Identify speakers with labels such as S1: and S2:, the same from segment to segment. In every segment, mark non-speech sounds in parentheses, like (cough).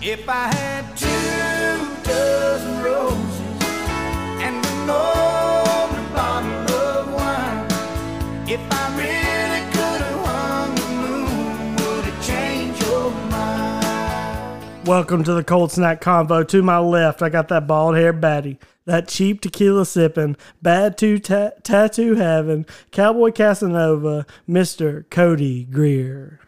S1: If I had two dozen roses and an older bottle of wine, if I really could have hung the moon, would it change your mind?
S2: Welcome to the Cold Snack Convo. To my left, I got that bald haired baddie, that cheap tequila sipping, bad two ta- tattoo having, cowboy Casanova, Mr. Cody Greer.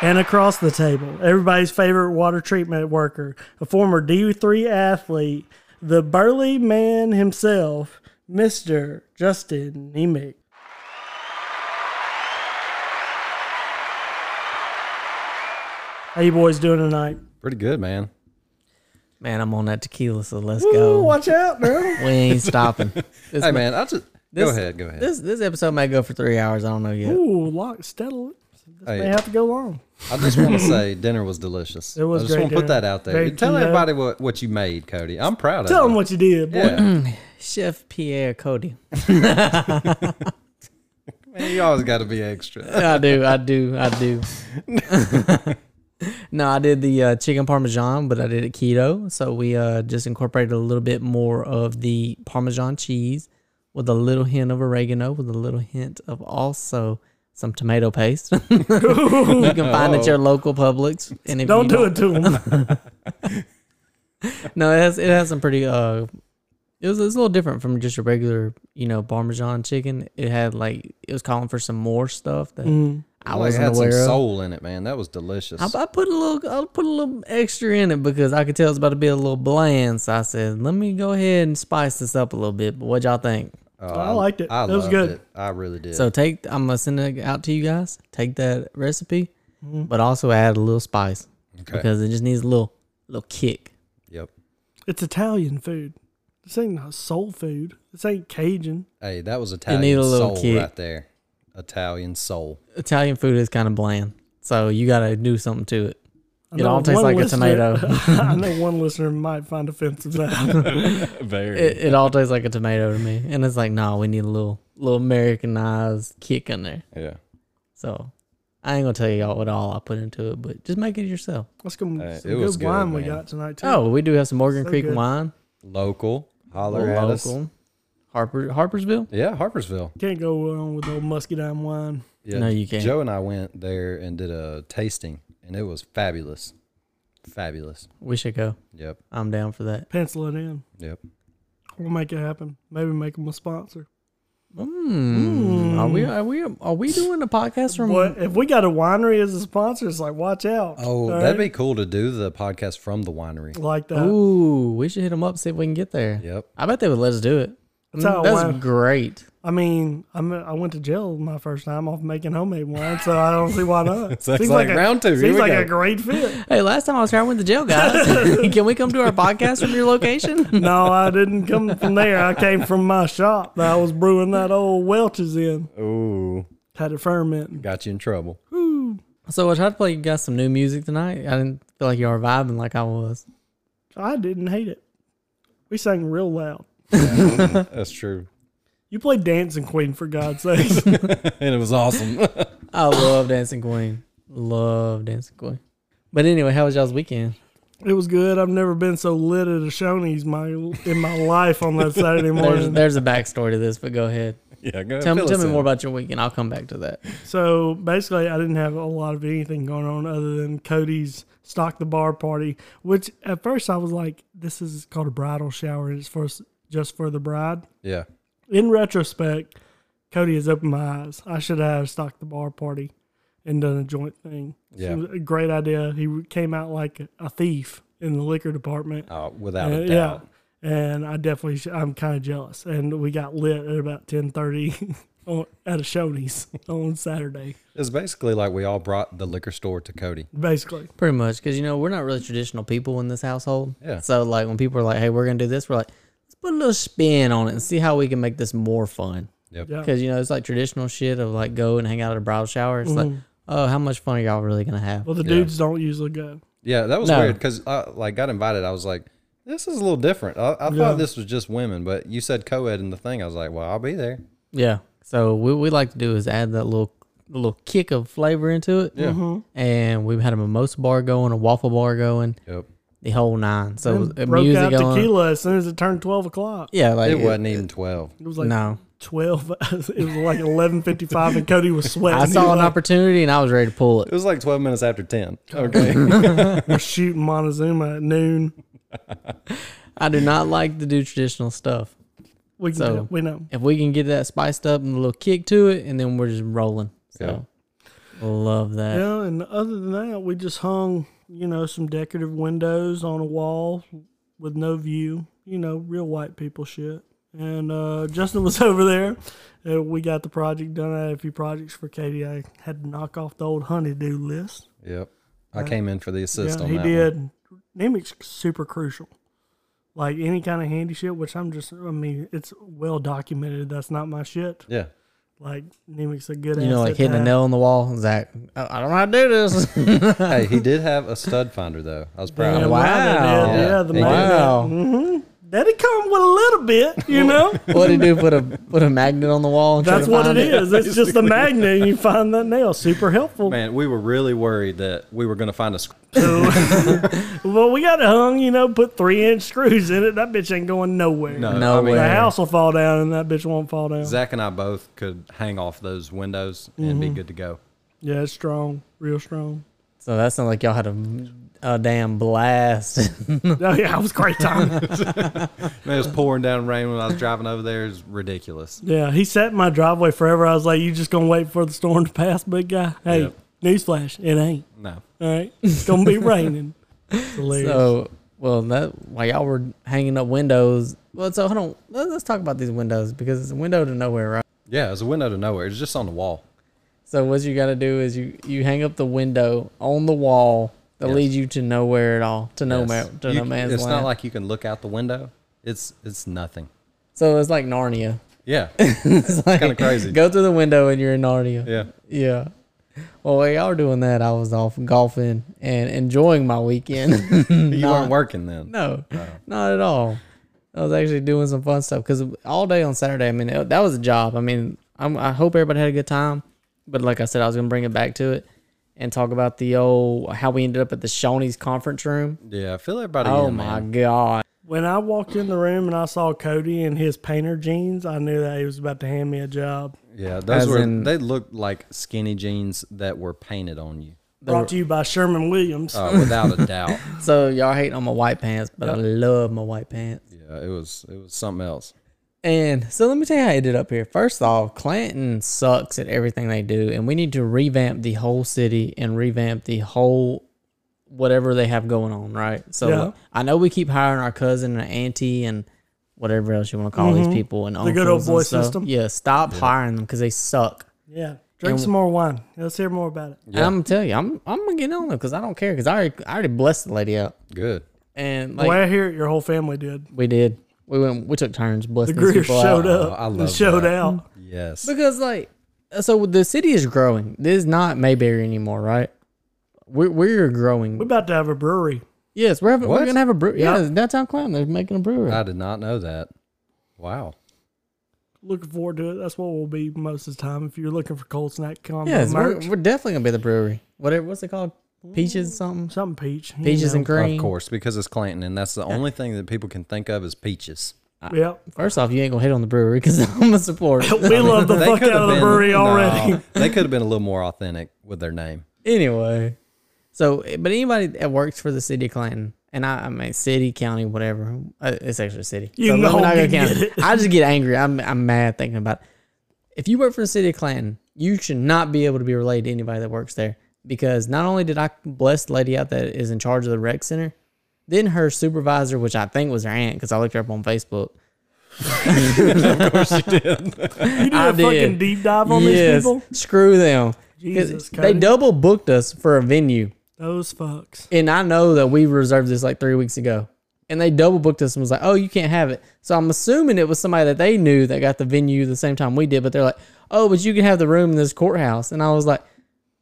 S2: And across the table, everybody's favorite water treatment worker, a former D3 athlete, the burly man himself, Mr. Justin Nemec. How you boys doing tonight?
S3: Pretty good, man.
S4: Man, I'm on that tequila, so let's
S2: Ooh,
S4: go.
S2: watch out, man.
S4: We ain't stopping. This,
S3: Hey, man, I'll just go
S4: This-
S3: ahead. Go ahead.
S4: this this episode might go for three hours. I don't know
S2: (laughs)
S4: yet.
S2: Ooh, lock steadily. They
S3: Hey,
S2: have to go long.
S3: I just want to say dinner was delicious.
S2: It was
S3: I just
S2: great
S3: want to put
S2: dinner.
S3: that out there.
S2: Very
S3: Tell
S2: clean up.
S3: everybody what, what you made, Cody. I'm proud of
S2: Tell
S3: you.
S2: them what you did, boy.
S3: Yeah.
S4: Chef Pierre Cody.
S3: man, you always got to be extra.
S4: I do, I do, I do. no, I did the uh, chicken parmesan, but I did it keto. So we uh, just incorporated a little bit more of the parmesan cheese with a little hint of oregano, with a little hint of also some tomato paste. (laughs) you can find at your local Publix. And if
S2: Don't
S4: you
S2: do it to them.
S4: (laughs) No, it has it has some pretty uh it was, it was a little different from just a regular, you know, Parmesan chicken. It had like it was calling for some more stuff that I
S3: like, it
S4: wasn't
S3: had some
S4: aware of.
S3: soul in it, man. That was delicious.
S4: I, I put a little I put a little extra in it because I could tell it's about to be a little bland. So I said, let me go ahead and spice this up a little bit. But what y'all think?
S3: Oh,
S2: I liked it.
S3: I
S2: It was
S3: loved
S2: good.
S3: It. I really did.
S4: So take I'm gonna send it out to you guys. Take that recipe, but also add a little spice
S3: okay.
S4: because it just needs a little little kick.
S3: Yep.
S2: It's Italian food. This ain't not soul food. This ain't Cajun.
S3: Hey, that was Italian
S4: little
S3: soul
S4: kick.
S3: right there. Italian soul.
S4: Italian food is kind of bland, so you gotta do something to it. It all tastes
S2: one
S4: like a
S2: listener-
S4: tomato.
S2: (laughs) I know one listener might find offensive
S4: (laughs)
S2: that.
S3: Very.
S4: It, it all tastes like a tomato to me, and it's like, no, we need a little little Americanized kick in there.
S3: yeah.
S4: So I ain't gonna tell y'all what all I put into it, but just make it yourself.
S2: Let's go. Some
S3: Uh, it
S2: good,
S3: was good,
S2: wine we
S3: man.
S2: got tonight too.
S4: Oh, we do have some Morgan
S2: So
S4: Creek
S2: good.
S4: wine,
S3: Local. Holler at us.
S4: local, Harper Harpersville.
S3: Yeah, Harpersville.
S2: can't go wrong with old musky dime wine.
S3: Yeah,
S4: No, you can't.
S3: Joe and I went there and did a tasting, and it was fabulous. Fabulous.
S4: We should go.
S3: Yep.
S4: I'm down for that.
S2: Pencil it in.
S3: Yep.
S2: We'll make it happen. Maybe make them a sponsor.
S4: Mm. Are we are we are we doing a podcast from?
S2: But if we got a winery as a sponsor, it's like watch out.
S3: Oh, that'd be cool to do the podcast from the winery.
S2: like that.
S4: Ooh, we should hit them up see if we can get there.
S3: Yep.
S4: I bet they would let us do it.
S2: That's how
S4: That's
S2: wine-
S4: great.
S2: I mean, I mean, I went to jail my first time off making homemade wine, so I don't see why
S3: (laughs)
S2: not.
S3: So it's like round two. Here
S2: Seems
S3: we
S2: like
S3: go.
S2: a great fit.
S4: Hey, last time I was here, I went to jail, guys.
S2: (laughs)
S4: (laughs) Can we come to our podcast from your location?
S2: No, I didn't come from there. I came from my shop that I was brewing that old Welch's in.
S3: Ooh,
S2: Had it fermenting.
S3: got you in trouble.
S4: so I tried to play you guys some new music tonight. I didn't feel like y'all were vibing like I was.
S2: I didn't hate it. We sang real loud.
S3: That's true.
S2: You played Dancing Queen for God's sake.
S3: (laughs) and it was awesome. (laughs)
S4: I love Dancing Queen. Love Dancing Queen. But anyway, how was y'all's weekend?
S2: it was good. I've never been so lit at a Shoney's my in my life on that Saturday
S4: There's,
S2: morning.
S4: there's a backstory to this, but go ahead.
S3: yeah, go ahead,
S4: Tell me,
S3: fill
S4: tell
S3: us
S4: me
S3: in.
S4: more about your weekend. I'll come back to that.
S2: So basically, I didn't have a lot of anything going on other than Cody's stock the bar party, which at first I was like, "This is called a bridal shower, and it's first just for the bride."
S3: Yeah,
S2: In retrospect, Cody has opened my eyes. I should have stocked the bar party and done a joint thing.
S3: Yeah.
S2: It was a great idea. He came out like a thief in the liquor department.
S3: uh, without
S2: Uh,
S3: a doubt.
S2: and I definitely sh- I'm kind of jealous. And we got lit at about ten thirty (laughs) on at a Shoney's on Saturday,
S3: It's basically like we all brought the liquor store to Cody.
S2: basically.
S4: Pretty much, because you know we're not really traditional people in this household.
S3: Yeah.
S4: So like when people are like, "Hey, we're gonna do this," we're like, "Let's put a little spin on it and see how we can make this more fun."
S3: Yep.
S2: Yeah.
S4: Because you know it's like traditional shit of like go and hang out at a bridal shower. It's like, oh, how much fun are y'all really gonna have?
S2: Well, the
S3: Yeah.
S2: dudes don't usually go.
S3: Yeah, that was
S4: No.
S3: weird 'cause weird because I like got invited. I was like, this is a little different. I, I
S2: Yeah.
S3: thought this was just women, but you said co-ed in the thing. I was like, well, I'll be there.
S4: yeah. So what we like to do is add that little a little kick of flavor into it.
S3: Yeah.
S4: And we had a mimosa bar going, a waffle bar going,
S3: Yep.
S4: the whole nine. So it was
S2: Broke
S4: music
S2: out
S4: going.
S2: tequila as soon as it turned twelve o'clock.
S4: Yeah, like
S3: It wasn't even twelve.
S2: It was like
S4: no.
S2: twelve. (laughs) It was like eleven fifty-five, and Cody was sweating.
S4: (laughs) I
S2: He was
S4: saw an
S2: like,
S4: opportunity and I was ready to pull it.
S3: It was like twelve minutes after ten.
S4: Oh. (laughs)
S3: Okay.
S2: We're shooting Montezuma at noon. (laughs)
S4: I do not like to do traditional stuff.
S2: We can.
S4: So-
S2: do it. we know.
S4: If we can get that spiced up and a little kick to it, and then we're just rolling. So love that.
S2: Yeah, and other than that, we just hung, you know, some decorative windows on a wall with no view. You know, real white people shit. And uh, Justin was (laughs) over there, and we got the project done. I had a few projects for Katie. I had to knock off the old honeydew list.
S3: yep. I came in for the assist
S2: yeah,
S3: on
S2: he
S3: that. One.
S2: did. Nemec's super crucial. Like any kind of handy shit, which I'm just, I mean, it's well documented. That's not my shit.
S3: Yeah.
S2: Like Nemec's a good
S4: You know, like hitting a
S2: the
S4: nail on the wall. Zach, I I don't know how to
S2: (laughs)
S4: do this.
S3: hey, he did have a stud finder though. I was proud.
S2: Yeah,
S3: of him.
S4: Wow.
S2: wow. Yeah, yeah, the
S3: Yeah.
S2: man.
S4: wow. (laughs)
S2: That'd come with a little bit, you know?
S4: what did he do? Put a put a magnet on the wall. And try
S2: That's
S4: to
S2: what
S4: find
S2: it is. It's just a magnet, and you find that nail. Super helpful.
S3: Man, we were really worried that we were going to find a. sc-
S2: Well, we got it hung, you know, put three inch screws in it. That bitch ain't going nowhere.
S3: No,
S4: No
S3: I mean,
S2: The
S4: way.
S2: house will fall down, and that bitch won't fall down.
S3: Zach and I both could hang off those windows and
S4: Mm-hmm.
S3: be good to go.
S2: Yeah, it's strong, real strong. (laughs)
S4: So that sounds like y'all had a, a damn blast. (laughs)
S2: Oh, yeah, it was a great time.
S3: Man, it was pouring down rain when I was driving over there. It's ridiculous.
S2: yeah, he sat in my driveway forever. I was like, you just going to wait for the storm to pass, big guy? Hey,
S3: Yep.
S2: newsflash, it ain't.
S3: No,
S2: All right? It's going
S4: (laughs)
S2: to be raining. It's hilarious.
S4: so well, that while y'all were hanging up windows. Well, so hold on. Let- Let's talk about these windows because it's a window to nowhere, right?
S3: yeah, it was a window to nowhere. It was just on the wall.
S4: So what you got to do is you you hang up the window on the wall that
S3: Yes.
S4: leads you to nowhere at all, to no
S3: Yes.
S4: ma- to
S3: You-
S4: no man's
S3: It's
S4: land.
S3: not like you can look out the window. It's it's nothing.
S4: so it's like Narnia. (laughs)
S3: Yeah,
S4: It's like,
S3: kinda crazy.
S4: Go through the window and you're in Narnia.
S3: yeah.
S4: Yeah. Well, while y'all were doing that, I was off golfing and enjoying my weekend. (laughs)
S3: You
S4: Not-
S3: weren't working then.
S4: No, not at all. I was actually doing some fun stuff because all day on Saturday, I mean, it- that was a job. I mean, I'm, I hope everybody had a good time. But like I said, I was going to bring it back to it and talk about the old how we ended up at the Shawnee's conference room.
S3: Yeah, I feel everybody.
S4: Oh
S3: in,
S4: my
S3: man.
S4: God.
S2: When I walked in the room and I saw Cody in his painter jeans, I knew that he was about to hand me a job.
S3: Yeah,
S4: As
S3: those were.
S4: in-
S3: they looked like skinny jeans that were painted on you,
S2: Brought to you by Sherman Williams.
S3: uh, (laughs)
S4: Oh.
S3: without a
S4: (laughs)
S3: doubt.
S4: So y'all hating on my white pants, but I love my white pants.
S3: Yeah, it was. It was something else.
S4: And so let me tell you how I ended up here. First off, Clanton sucks at everything they do, and we need to revamp the whole city and revamp the whole whatever they have going on, right? So
S2: Yeah.
S4: I know we keep hiring our cousin and auntie and whatever else you want to call these people and
S2: Mm-hmm. The good old
S4: uncles and
S2: boy
S4: stuff.
S2: system.
S4: Yeah, stop hiring them because they suck.
S2: Yeah. Drink some more wine. Let's hear more about it.
S4: And I'm gonna tell you, I'm I'm gonna get on them because I don't care because I already I already blessed the lady up
S3: Good.
S4: and
S2: The
S4: like
S2: way I hear it, your whole family did.
S4: we did. We went we took turns
S2: The
S4: blessing these
S2: Greer
S4: people out.
S2: showed up
S3: I
S2: and
S3: love
S2: showed
S3: that.
S2: out.
S3: Yes.
S4: Because like, uh, so the city is growing. This is not Mayberry anymore, right? We're we're
S2: We're
S4: growing.
S2: about to have a brewery.
S4: Yes, we're having, we're
S3: What?
S4: gonna have a brew. Yeah,
S2: Yeah.
S4: downtown Clown. They're making a brewery.
S3: I did not know that. Wow.
S2: Looking forward to it. That's what we'll be most of the time. If you're looking for cold snack combo
S4: yes, we're,
S2: merch,
S4: we're definitely gonna be the brewery. Whatever. What's it called? Peaches something.
S2: something peach. you
S4: Peaches
S2: know.
S4: and cream.
S3: Of course, because it's Clanton, and that's the only thing that people can think of is peaches.
S2: Yep. (laughs)
S4: First off, you ain't gonna hit on the brewery because (laughs) I'm gonna support.
S2: We love the fuck
S3: coulda
S2: out of the
S3: been-
S2: brewery
S3: no,
S2: already. (laughs)
S3: they could have been a little more authentic with their name.
S4: anyway, so but anybody that works for the city of Clanton, and I, I mean city, county, whatever, uh, it's actually city.
S2: You
S4: So
S2: know
S4: let me not go
S2: you
S4: county.
S2: get it.
S4: I just get angry. I'm I'm mad thinking about. It. If you work for the city of Clanton, you should not be able to be related to anybody that works there because not only did I bless the lady out that is in charge of the rec center, then her supervisor, which I think was her aunt, because I looked her up on Facebook.
S2: You do
S4: I
S2: a fucking
S4: did.
S2: deep dive on these people.
S4: screw them. 'Cause
S2: Jesus,
S4: they
S2: Cody.
S4: double booked us for a venue.
S2: Those fucks.
S4: and I know that we reserved this like three weeks ago, and they double booked us and was like, "Oh, you can't have it." So I'm assuming it was somebody that they knew that got the venue the same time we did, but they're like, "Oh, but you can have the room in this courthouse," and I was like.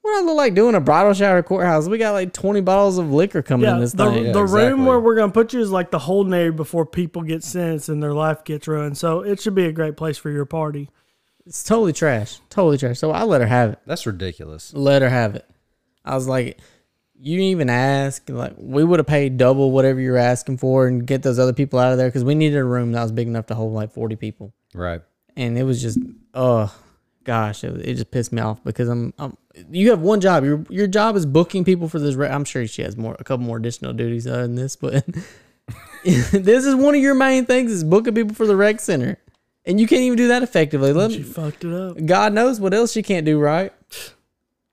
S4: What do I look like doing a bridal shower at courthouse? We got like twenty bottles of liquor coming
S2: Yeah,
S4: in this
S2: the,
S4: thing.
S2: the
S3: exactly.
S2: room where we're gonna put you is like the whole name before people get sentenced and their life gets ruined. So it should be a great place for your party.
S4: It's totally trash. Totally trash. So I let her have it.
S3: That's ridiculous.
S4: Let her have it. I was like, you didn't even ask. Like, we would have paid double whatever you're asking for and get those other people out of there because we needed a room that was big enough to hold like 40 people.
S3: Right.
S4: And it was just, oh gosh, it, it just pissed me off because I'm, I'm, you have one job. Your your job is booking people for this. Re- I'm sure she has more, a couple more additional duties other than this, but (laughs) this is one of your main things is booking people for the rec center, and you can't even do that effectively. Let
S2: She
S4: me,
S2: fucked it up.
S4: God knows what else she can't do right.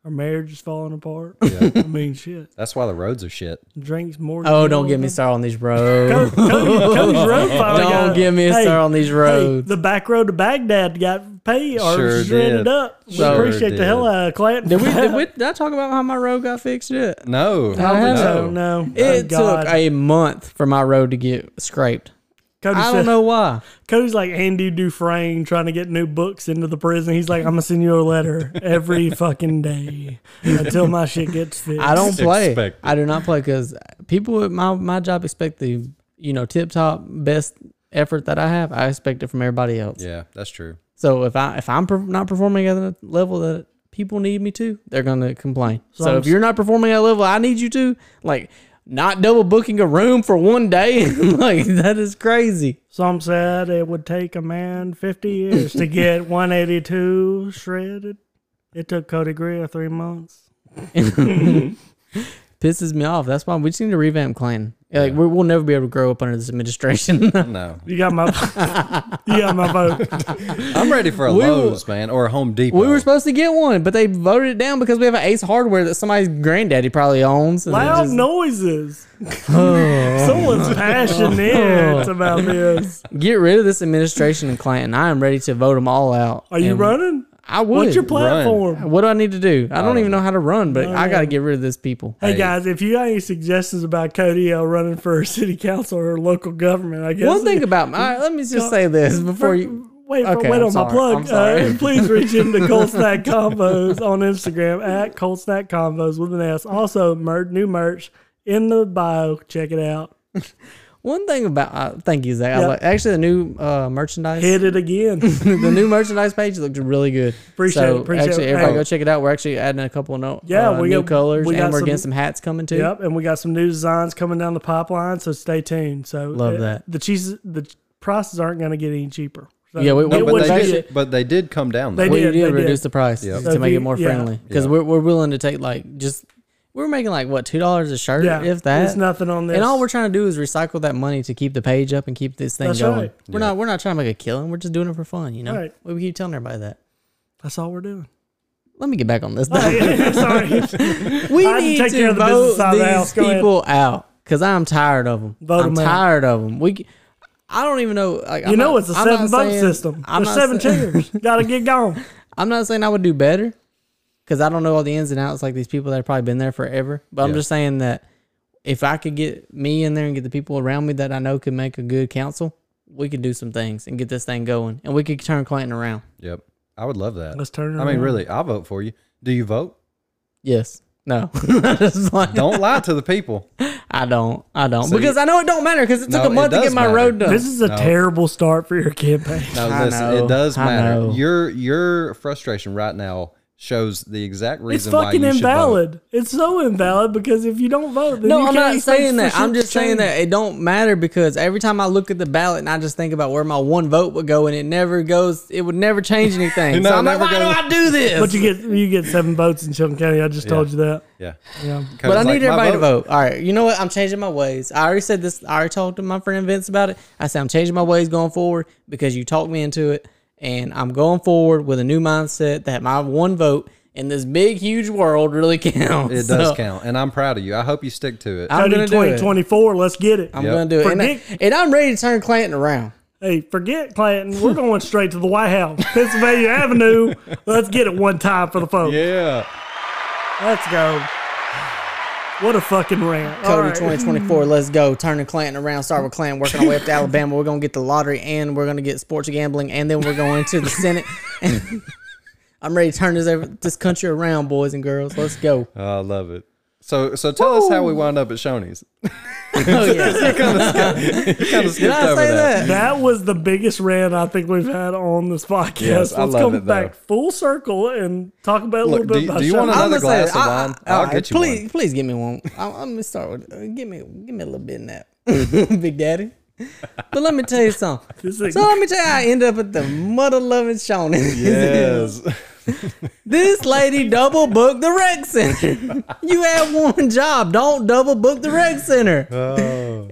S2: Her marriage is falling apart.
S3: Yeah.
S2: (laughs) I mean, shit.
S3: That's why the roads are shit.
S2: Drinks more.
S4: Oh, don't get me started on these roads.
S2: Cody, Cody's road finally
S4: (laughs) Don't
S2: got-
S4: get me
S2: Hey,
S4: started on these
S2: Hey,
S4: roads.
S2: the back road to Baghdad got paid or
S3: Sure
S2: shredded
S3: did.
S2: up. We
S4: Sure
S2: appreciate the
S3: did.
S2: hell out of Clanton.
S4: (laughs) Did we, did
S2: (laughs)
S4: we did I talk about how my road got fixed yet?
S3: No.
S4: I don't think
S2: no, no.
S4: It
S2: God.
S4: took a month for my road to get scraped.
S2: Cody
S4: I
S2: said-
S4: don't know why.
S2: Cody's like Andy Dufresne trying to get new books into the prison. He's like, I'm gonna send you a letter
S4: (laughs)
S2: every fucking day until my shit gets fixed.
S4: I don't play.
S3: Expected.
S4: I do not play because people at my my job expect the you know tip top best effort that I have. I expect it from everybody else.
S3: Yeah, that's true.
S4: So if I if I'm per- not performing at a level that people need me to, they're gonna complain. So,
S2: I'm
S4: if
S2: s-
S4: you're not performing at a level I need you to, like not double booking a room for one day, (laughs) like that is crazy.
S2: Some said it would take a man 50 years to
S4: (laughs)
S2: get 182 shredded. It took Cody Greer three months.
S4: Pisses me off. That's why we just need to revamp Clan. Like we're, we'll never be able to grow up under this administration.
S3: No.
S2: You got
S4: (laughs)
S2: my, (laughs) you got my vote.
S3: I'm ready for a
S4: We were-
S3: Lowe's, man, or a Home Depot.
S4: We were supposed to get one, but they voted it down because we have an Ace Hardware that somebody's granddaddy probably owns. and it
S2: Loud
S4: just- Oh.
S2: noises. (laughs) Someone's
S4: (laughs)
S2: passionate about this.
S4: Get rid of this administration in Clanton. I am ready to vote them all out.
S2: Are you
S4: And
S2: running?
S4: I would.
S2: What's your Oh. platform?
S4: What do I need to do? I don't even know how to run, but I got to get rid of this people.
S2: Hey
S3: Hey.
S2: guys, if you got any suggestions about Cody uh, running for (laughs) city council or local government, I guess
S4: One thing about my, let me just
S2: (laughs)
S4: say this before you.
S2: Wait,
S4: Okay,
S2: wait
S4: I'm
S2: on my
S4: sorry. I'm
S2: plug.
S4: sorry. (laughs)
S2: Uh, please reach into Cold Snack Combos on Instagram at Cold Snack Combos with an S. Also, mer- new merch in the bio. Check it out.
S4: One thing about, uh, thank you, Zach. I
S2: Yeah.
S4: like, actually, the new uh, merchandise,
S2: Hit it again.
S4: (laughs) the new merchandise page looked really good.
S2: Appreciate
S4: so,
S2: it, appreciate
S4: actually,
S2: it.
S4: everybody
S2: Hey.
S4: go check it out. We're actually adding a couple of no,
S2: Yeah,
S4: uh,
S2: we
S4: new
S2: got-
S4: colors,
S2: we
S4: and
S2: got
S4: we're getting
S2: some-
S4: some hats coming too.
S2: yep, and we got some new designs coming down the pipeline, so stay tuned. So
S4: Love
S2: uh,
S4: that.
S2: The cheeses, the prices aren't going to get any cheaper. So
S4: Yeah, we-
S2: get
S4: we-
S3: No,
S2: what
S3: but,
S2: you
S3: they
S4: Wouldn't
S2: get.
S3: did, but they did come down.
S2: They
S3: Though.
S4: We
S2: did,
S4: did,
S2: they
S4: reduce
S2: did.
S4: the price
S3: Yep.
S4: to
S2: So if
S4: make
S2: you-
S4: it more
S2: yeah.
S4: friendly because
S3: Yeah.
S4: we're, we're willing to take like just we're making like what two dollars a shirt
S2: Yeah,
S4: if that.
S2: It's nothing on this.
S4: and all we're trying to do is recycle that money to keep the page up and keep this thing
S2: That's
S4: going.
S2: right.
S4: We're not we're not trying to make a killing. We're just doing it for fun, you know.
S2: Right.
S4: We keep telling everybody that.
S2: That's all we're doing.
S4: Let me get back on this.
S2: (laughs) Sorry.
S4: we
S2: Oh, I had to
S4: need to,
S2: take care of the
S4: vote
S2: business side of the house.
S4: these
S2: Go ahead.
S4: people out because I'm tired of them.
S2: Vote
S4: I'm
S2: 'em out.
S4: tired of them. We, I don't even know. Like,
S2: You know, it's a seven vote system.
S4: I'm
S2: There's
S4: not
S2: seven
S4: saying-
S2: chairs. Gotta get
S4: (laughs)
S2: gone.
S4: I'm not saying I would do better because I don't know all the ins and outs like these people that have probably been there forever. But I'm
S3: Yeah.
S4: just saying that if I could get me in there and get the people around me that I know could make a good council, we could do some things and get this thing going, and we could turn Clanton around.
S3: Yep. I would love that.
S2: Let's turn it
S3: I mean,
S2: around.
S3: really, I'll vote for you. Do you vote?
S4: Yes. No. (laughs) It's
S2: (laughs)
S4: like,
S3: Don't lie to the people.
S4: I don't. I don't
S3: So
S4: because I know it don't matter because it took
S3: No,
S4: a month
S3: it
S4: to get
S3: does
S4: my
S3: matter.
S4: road done.
S2: This is a
S3: No.
S2: terrible start for your campaign.
S3: No,
S4: I
S3: listen,
S4: know.
S3: it does
S4: I
S3: matter.
S4: know.
S3: Your your frustration right now shows the exact
S2: It's
S3: reason why
S2: fucking
S3: you should vote.
S2: invalid. It's so invalid because if you don't vote, then
S4: no,
S2: you
S4: I'm
S2: can't
S4: not saying that. I'm just saying
S2: that.
S4: that it don't matter because every time I look at the ballot and I just think about where my one vote would go, and it never goes. It would never change anything.
S3: (laughs) No,
S4: so I'm like,
S3: never
S4: why do
S3: goes.
S4: I do this?
S2: But you get you get seven votes in Chilton County. I just told you that.
S3: Yeah.
S2: Yeah.
S4: But I
S3: Cody's
S4: need
S3: like, "My
S4: everybody to vote. All right. You know what? I'm changing my ways. I already said this. I already talked to my friend Vince about it. I said, I'm changing my ways going forward because you talked me into it. And I'm going forward with a new mindset that my one vote in this big, huge world really (laughs) counts.
S3: It does
S4: So,
S3: count, and I'm proud of you. I hope you stick to it.
S4: I'm
S2: Cody
S4: going to do it.
S2: 2024, let's get it.
S4: I'm
S3: Yep.
S4: going to do it. And, I,
S2: Predict-
S4: and I'm ready to turn Clanton around.
S2: Hey, forget Clanton. We're going straight to the White House. (laughs) Pennsylvania Avenue. Let's get it one time for the folks.
S3: (laughs) yeah.
S2: Let's go. What a fucking rant. All
S4: Cody
S2: right. (laughs)
S4: 2024, let's go. Turning Clanton around. Start with Clanton, working our way up to Alabama. We're going to get the lottery and we're going to get sports gambling and then we're going to the Senate. (laughs) I'm ready to turn this, ever- this country around, boys and girls. Let's go.
S3: Oh, I love it. So so tell us how we wound up at Shoney's. (laughs)
S4: Oh, yeah.
S3: You kind of
S4: Did
S3: skipped
S4: I
S3: over
S4: say
S3: that.
S4: that?
S2: That was the biggest rant I think we've had on this podcast.
S3: Yes, I
S2: Let's
S3: love
S2: come
S3: it, though.
S2: back full circle and talk about a
S3: Look,
S2: little bit
S3: do you-
S2: about
S3: do you
S2: Shadow.
S3: wanna-
S4: I'm
S3: Another
S4: gonna say,
S3: glass of
S4: I-
S3: wine.
S4: I-
S3: I'll
S4: all right,
S3: get you
S4: please,
S3: one.
S4: Please give me one. I'm, I'm gonna start with. Uh, give me, give me a little bit in that, (laughs) Big Daddy. But let me tell you something.
S3: (laughs)
S2: This is-
S4: So let me tell you, how I end up at the mother loving Shoney's. (laughs)
S3: Yes.
S4: This lady double booked the rec center. you had one job. Don't double book the rec center.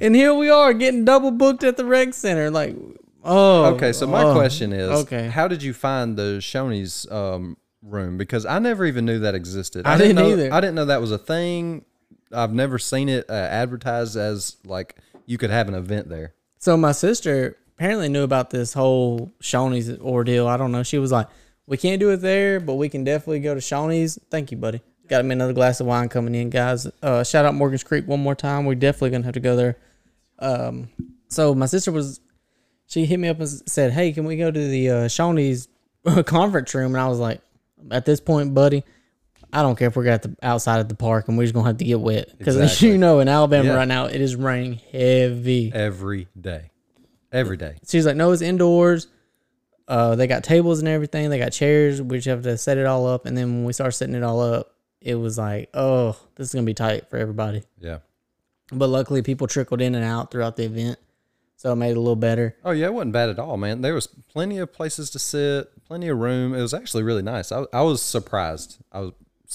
S4: And here we are getting double booked at the rec center. Like, oh.
S3: Okay, so my
S4: oh.
S3: question is,
S4: okay.
S3: how did you find the Shoney's um, room? Because I never even knew that existed.
S4: I didn't
S3: know,
S4: either.
S3: I didn't know that was a thing. I've never seen it uh, advertised as like you could have an event there.
S4: So my sister apparently knew about this whole Shoney's ordeal. I don't know. She was like, we can't do it there, but we can definitely go to Shoney's. Thank you, buddy. Got me another glass of wine coming in, guys. Uh, shout out Morgan's Creek one more time. We're definitely going to have to go there. Um, so my sister was, she hit me up and s- said, hey, can we go to the uh, Shoney's (laughs) conference room? And I was like, at this point, buddy, I don't care if we're at the outside at the park and we're just going to have to get wet. Because
S3: Exactly.
S4: (laughs) you know, in Alabama
S3: Yeah.
S4: right now, it is raining heavy.
S3: every day. Every day.
S4: She's like, no, it's indoors. Uh, they got tables and everything. They got chairs. We just have to set it all up. And then when we start setting it all up, it was like, oh, this is gonna be tight for everybody.
S3: Yeah.
S4: But luckily, people trickled in and out throughout the event, so it made it a little better.
S3: Oh yeah, it wasn't bad at all, man. There was plenty of places to sit, plenty of room. It was actually really nice. I, I was surprised. I was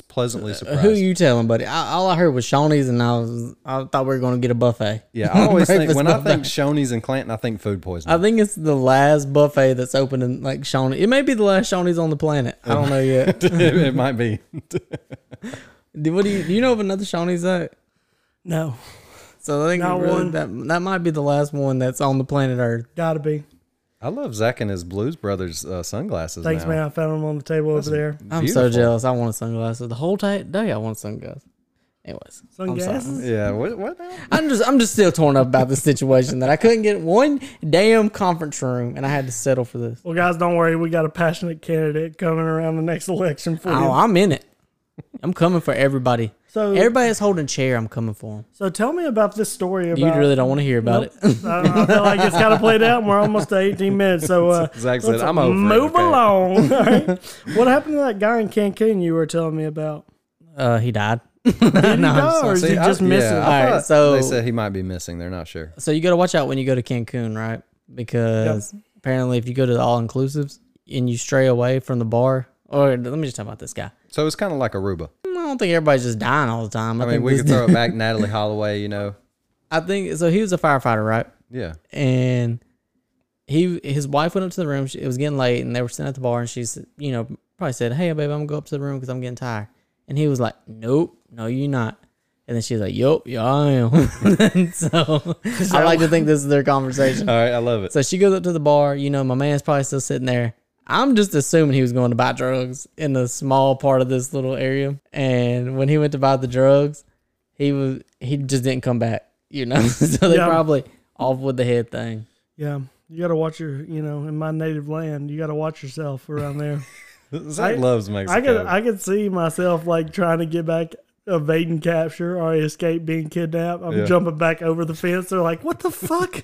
S3: pleasantly surprised.
S4: Uh, Who you telling, buddy? I, all I heard was Shawnee's, and I was I thought we were gonna get a buffet.
S3: yeah, I
S4: (laughs)
S3: always think
S4: Breakfast
S3: when I
S4: buffet.
S3: think Shoney's and Clanton, I think food
S4: I
S3: poisoning.
S4: think it's the last buffet that's open in like Shawnee. It may be the last Shawnee's on the planet. I don't
S3: (laughs)
S4: know yet.
S3: it might be.
S4: Do- what do you do? You know of another Shawnee's that?
S2: no,
S4: So I think
S2: Not
S4: really
S2: one.
S4: that that might be the last one that's on the planet Earth.
S2: gotta be.
S3: I love Zach and his Blues Brothers uh, sunglasses.
S2: Thanks,
S3: now.
S2: man. I found them on the table over there.
S4: I'm so
S3: Beautiful.
S4: jealous. I wanted sunglasses the whole ti- day. I wanted sunglasses. Anyways, I'm, sorry.
S2: Sunglasses?
S3: Yeah. What? What? Now?
S4: I'm just I'm just still torn up about the situation that I couldn't get one damn conference room and I had to settle for this.
S2: Well, guys, don't worry. We got a passionate candidate coming around the next (laughs) election for you.
S4: Oh, I'm in it. I'm coming for everybody.
S2: So-
S4: everybody that's holding chair, I'm coming for them.
S2: so tell me about this story about.
S4: You really don't want to hear about it. (laughs)
S2: I, I feel like it's kind of played out, and we're almost to 18 minutes. So uh,
S3: Zach said,
S2: let's
S3: "I'm over it,
S2: move
S3: okay."
S2: along. (laughs) All right. What happened to that guy in Cancun you were telling me about?
S4: Uh, he died. (laughs)
S2: Did he die, or is he
S3: See, I-
S2: just missing?
S3: Yeah,
S4: All
S3: I
S4: right,
S3: thought
S4: so-
S3: they said he might be missing. They're not sure.
S4: So you got to watch out when you go to Cancun, right? Because apparently, if you go to the all inclusives and you stray away from the bar, or let me just talk about this guy.
S3: So it's kind of like Aruba.
S4: I don't think everybody's just dying all the time. I,
S3: I mean,
S4: think
S3: we
S4: this-
S3: could throw it back Natalie Holloway. You know.
S4: I think so. He was a firefighter, right?
S3: Yeah.
S4: And he his wife went up to the room. She, it was getting late, and they were sitting at the bar, and she's you know probably said, "Hey, babe, I'm gonna go up to the room because I'm getting tired." And he was like, "Nope, no, you're not." And then she's like, "Yup, yeah, I am." (laughs) and so I like to think this is their conversation.
S3: All right. I love it.
S4: So she goes up to the bar. You know, my man's probably still sitting there. I'm just assuming he was going to buy drugs in the small part of this little area. And when he went to buy the drugs, he was he just didn't come back. You know, (laughs) so they
S2: Yeah.
S4: probably off with the head thing.
S2: Yeah, you got to watch your. You know, in my native land, you got to watch yourself around
S3: (laughs)
S2: there.
S3: Zach
S2: I-
S3: loves
S2: I could,
S3: Mexico. (laughs)
S2: I could see myself like trying to get back, evading capture or escape being kidnapped. I'm
S3: Yeah.
S2: jumping back over the fence. They're like, "What the
S3: (laughs)
S2: fuck?"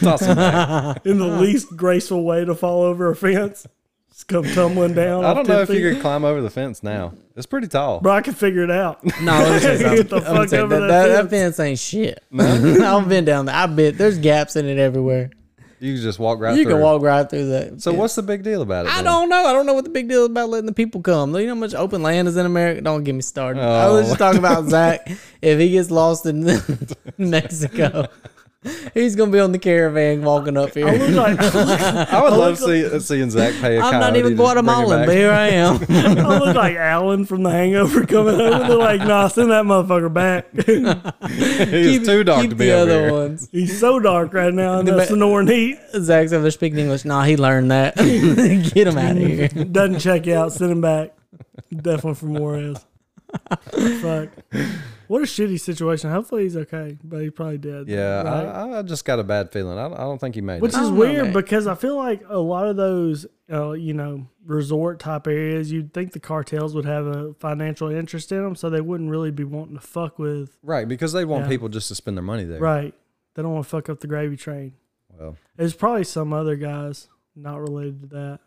S3: Toss him
S4: (laughs)
S3: back.
S2: in the least graceful way to fall over a fence, just come tumbling down.
S3: I
S2: off
S3: don't
S2: 10
S3: know if
S2: feet.
S3: you could climb over the fence now. It's pretty tall.
S2: Bro, I can figure it
S3: (laughs)
S2: out.
S4: No, let me
S2: (laughs)
S4: tell you something.
S2: Get the
S4: Let me
S2: fuck
S4: tell you,
S2: over
S4: that,
S2: that
S4: that- that fence ain't shit. (laughs) I've been down there. I bet there's gaps in it everywhere.
S3: You can just walk right
S4: You
S3: through.
S4: can walk right through that.
S3: So what's the big deal about it?
S4: I
S3: then?
S4: don't know. I don't know what the big deal is about letting the people come. You know how much open land is in America? Don't get me started. I was just talking about Zach. If he gets lost in (laughs) Mexico, he's going to be on the caravan walking up
S2: I
S4: here.
S2: look like
S3: (laughs) I would love see, seeing Zach pay a
S4: I'm not
S3: coyote
S4: even
S3: to bring him
S4: Guatemalan,
S3: back.
S4: but here I am.
S2: I look like Alan from The Hangover coming over. They're like, "Nah, send that motherfucker back."
S3: (laughs) He's too dark
S4: keep
S3: to be
S4: the
S3: over
S4: other
S3: here.
S4: ones.
S2: He's so dark right now in
S4: The
S2: the
S4: ba-
S2: Sonoran heat.
S4: Zach's over there speaking English. Nah, he learned that. get him out of here.
S2: Doesn't check out. Send him back. Definitely from Juarez. Fuck. What a shitty situation. Hopefully he's okay, but he probably did.
S3: Yeah,
S2: right?
S3: I, I just got a bad feeling. I, I don't think he made
S2: Which
S3: it.
S2: is
S4: don't know,
S2: weird
S4: mate.
S2: because I feel like a lot of those, uh, you know, resort type areas, you'd think the cartels would have a financial interest in them, so they wouldn't really be wanting to fuck with.
S3: Right, because they want
S2: Yeah.
S3: people just to spend their money there.
S2: Right. They don't want to fuck up the gravy train.
S3: Well,
S2: It's probably some other guys not related to that.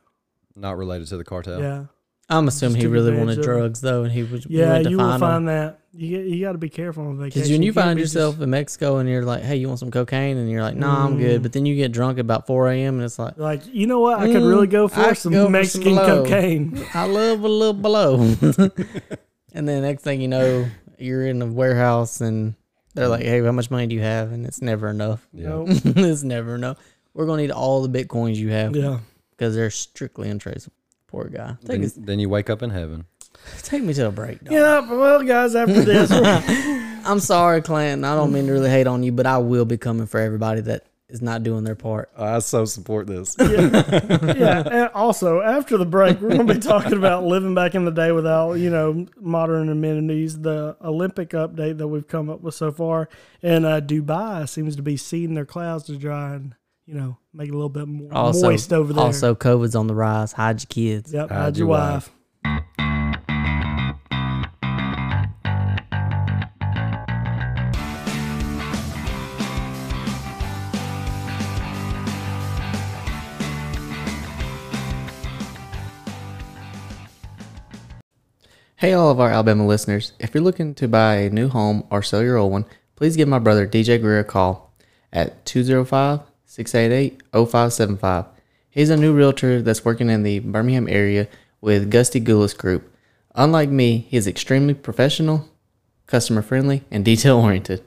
S3: not related to the cartel.
S2: Yeah.
S4: I'm assuming he
S2: took
S4: really
S2: advantage
S4: wanted
S2: of it.
S4: drugs though, and he was
S2: Yeah,
S4: willing to
S2: you will
S4: find them.
S2: find that. You, you got to be careful on vacation.
S4: Because when you
S2: can't
S4: find
S2: be just-
S4: yourself in Mexico and you're like, hey, you want some cocaine? And you're like, nah, I'm good. But then you get drunk about 4 a.m. and it's like,
S2: like, you know what? I could
S4: Mm,
S2: really go for
S4: I could
S2: some
S4: go for some
S2: Mexican
S4: blow. (laughs)
S2: cocaine.
S4: I love a little blow. (laughs) and then next thing you know, you're in a warehouse and they're like, hey, how much money do you have? And it's never enough. (laughs)
S3: Yeah.
S2: Nope.
S4: it's never enough. We're going to need all the Bitcoins you have
S2: Yeah.
S4: because they're strictly untraceable. Poor guy. Take,
S3: Then,
S4: us,
S3: then you wake up in heaven.
S4: take me to a break, dog.
S2: Yeah. Well, guys, after this, we're-
S4: I'm sorry, Clanton. I don't mean to really hate on you, but I will be coming for everybody that is not doing their part.
S3: I so support this.
S4: (laughs)
S2: yeah. And also, after the break, we're going to be talking about living back in the day without, you know, modern amenities, the Olympic update that we've come up with so far. And uh, Dubai seems to be seeding their clouds to dry and, you know, make it a little bit more
S4: Also,
S2: moist over there.
S4: also COVID's on the rise. Hide your kids.
S2: yep.
S3: Hide
S2: Hide your
S3: your
S2: wife.
S5: Hey, all of our Alabama listeners. If you're looking to buy a new home or sell your old one, please give my brother DJ Greer a call at 205 688 0575. He's a new realtor that's working in the Birmingham area with Gusty Goulas Group. Unlike me, he is extremely professional, customer friendly, and (laughs) detail oriented.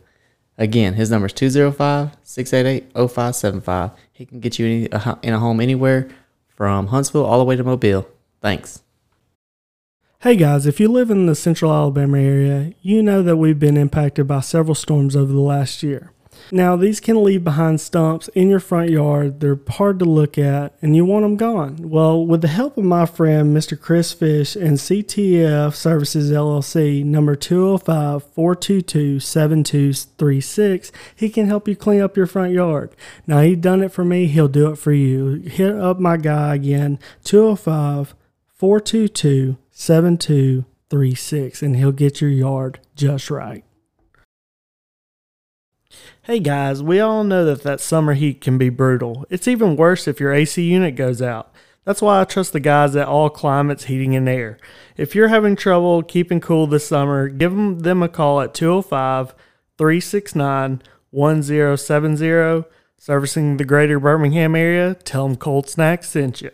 S5: Again, his number is 205 688 0575. He can get you any, a hu- in a home anywhere from Huntsville all the way to Mobile. Thanks.
S2: Hey guys, if you live in the central Alabama area, you know that we've been impacted by several storms over the last year. Now, these can leave behind stumps in your front yard. They're hard to look at and you want them gone. Well, with the help of my friend Mr. Chris Fish and CTF Services LLC, number 205 422 7236, he can help you clean up your front yard. Now, he done it for me, he'll do it for you. Hit up my guy again, 205- 422 7236, and he'll get your yard just right. Hey guys, we all know that that summer heat can be brutal. It's even worse if your AC unit goes out. That's why I trust the guys at All Climates Heating and Air. If you're having trouble keeping cool this summer, give 'em- them a call at 205 369 1070. Servicing the greater Birmingham area, tell them Cold Snack sent you.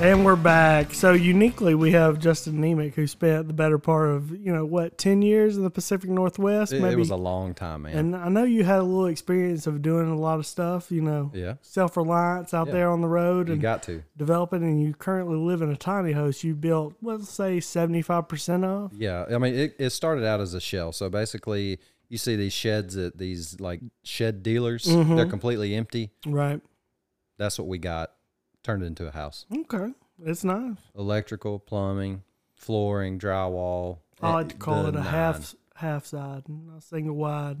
S2: And we're back. So uniquely, we have Justin Nemec, who spent the better part of you know what ten years in the Pacific Northwest,
S3: It,
S2: maybe.
S3: it was a long time, man.
S2: and I know you had a little experience of doing a lot of stuff, you know,
S3: Yeah.
S2: self reliance out
S3: Yeah.
S2: there on the road
S3: you
S2: and
S3: got to.
S2: developing. And you currently live in a tiny house you built, let's say seventy five percent of.
S3: Yeah, I mean, it, it started out as a shell. So basically, you see these sheds at these like shed dealers.
S2: Mm-hmm.
S3: They're completely empty.
S2: Right.
S3: That's what we got. Turned into a house.
S2: Okay. It's nice.
S3: Electrical, plumbing, flooring, drywall.
S2: I
S3: eh,
S2: like to call
S3: the
S2: it a
S3: nine.
S2: half half side, not single wide,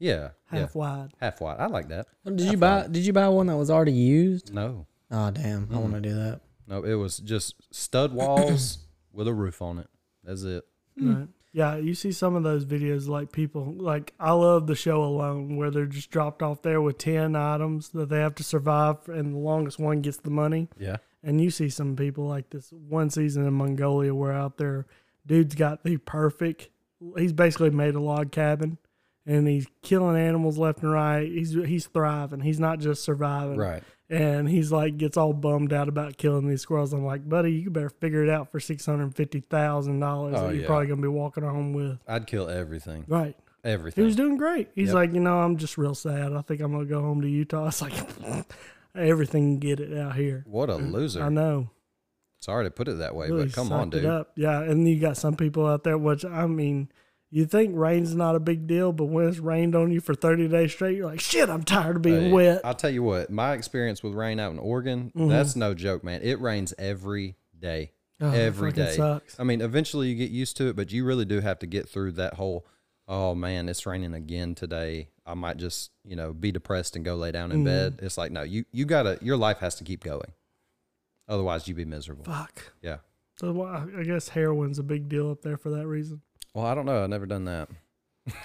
S3: Yeah,
S2: half
S3: yeah,
S2: wide.
S3: half wide. I like that.
S4: Did you buy? Did you buy one that was already used?
S3: No,
S4: Oh damn! I want to do that.
S3: no, it was just stud walls (coughs) with a roof on it. That's it.
S2: Right. Yeah, you see some of those videos like people like I love the show alone where they're just dropped off there with 10 items that they have to survive and the longest one gets the money.
S3: Yeah,
S2: And you see some people like this one season in Mongolia where out there dude's got the perfect he's basically made a log cabin and he's killing animals left and right. He's he's thriving. He's not just surviving.
S3: right.
S2: And he's like gets all bummed out about killing these squirrels. I'm like, buddy, you better figure it out for six hundred fifty thousand dollars
S3: Oh,
S2: that you're
S3: yeah.
S2: probably gonna be walking home with.
S3: I'd kill everything.
S2: Right. He
S3: Everything.
S2: was doing great. He's
S3: Yep.
S2: like, you know, I'm just real sad. I think I'm gonna go home to Utah. (laughs) It's like everything can get it out here.
S3: what a loser.
S2: I know.
S3: Sorry to put it that way,
S2: Really
S3: but come on,
S2: sucked it
S3: dude.
S2: up. Yeah, and you got some people out there, which I mean, You think rain's not a big deal, but when it's rained on you for 30 days straight, you're like, shit, I'm tired of being
S3: Hey,
S2: wet. Mm-hmm.
S3: I'll tell you what, my experience with rain out in Oregon, that's no joke, man. It rains every day.
S2: Oh, that
S3: every
S2: freaking
S3: day.
S2: sucks.
S3: I mean, eventually you get used to it, but you really do have to get through that whole, oh man, it's raining again today. I might just, you know, be depressed and go lay down in
S2: Mm.
S3: bed. It's like, no, you you gotta your life has to keep going. Otherwise you'd be miserable.
S2: Fuck.
S3: Yeah.
S2: So, well, I I guess heroin's a big deal up there for that reason.
S3: Well, I don't know. I've never done that.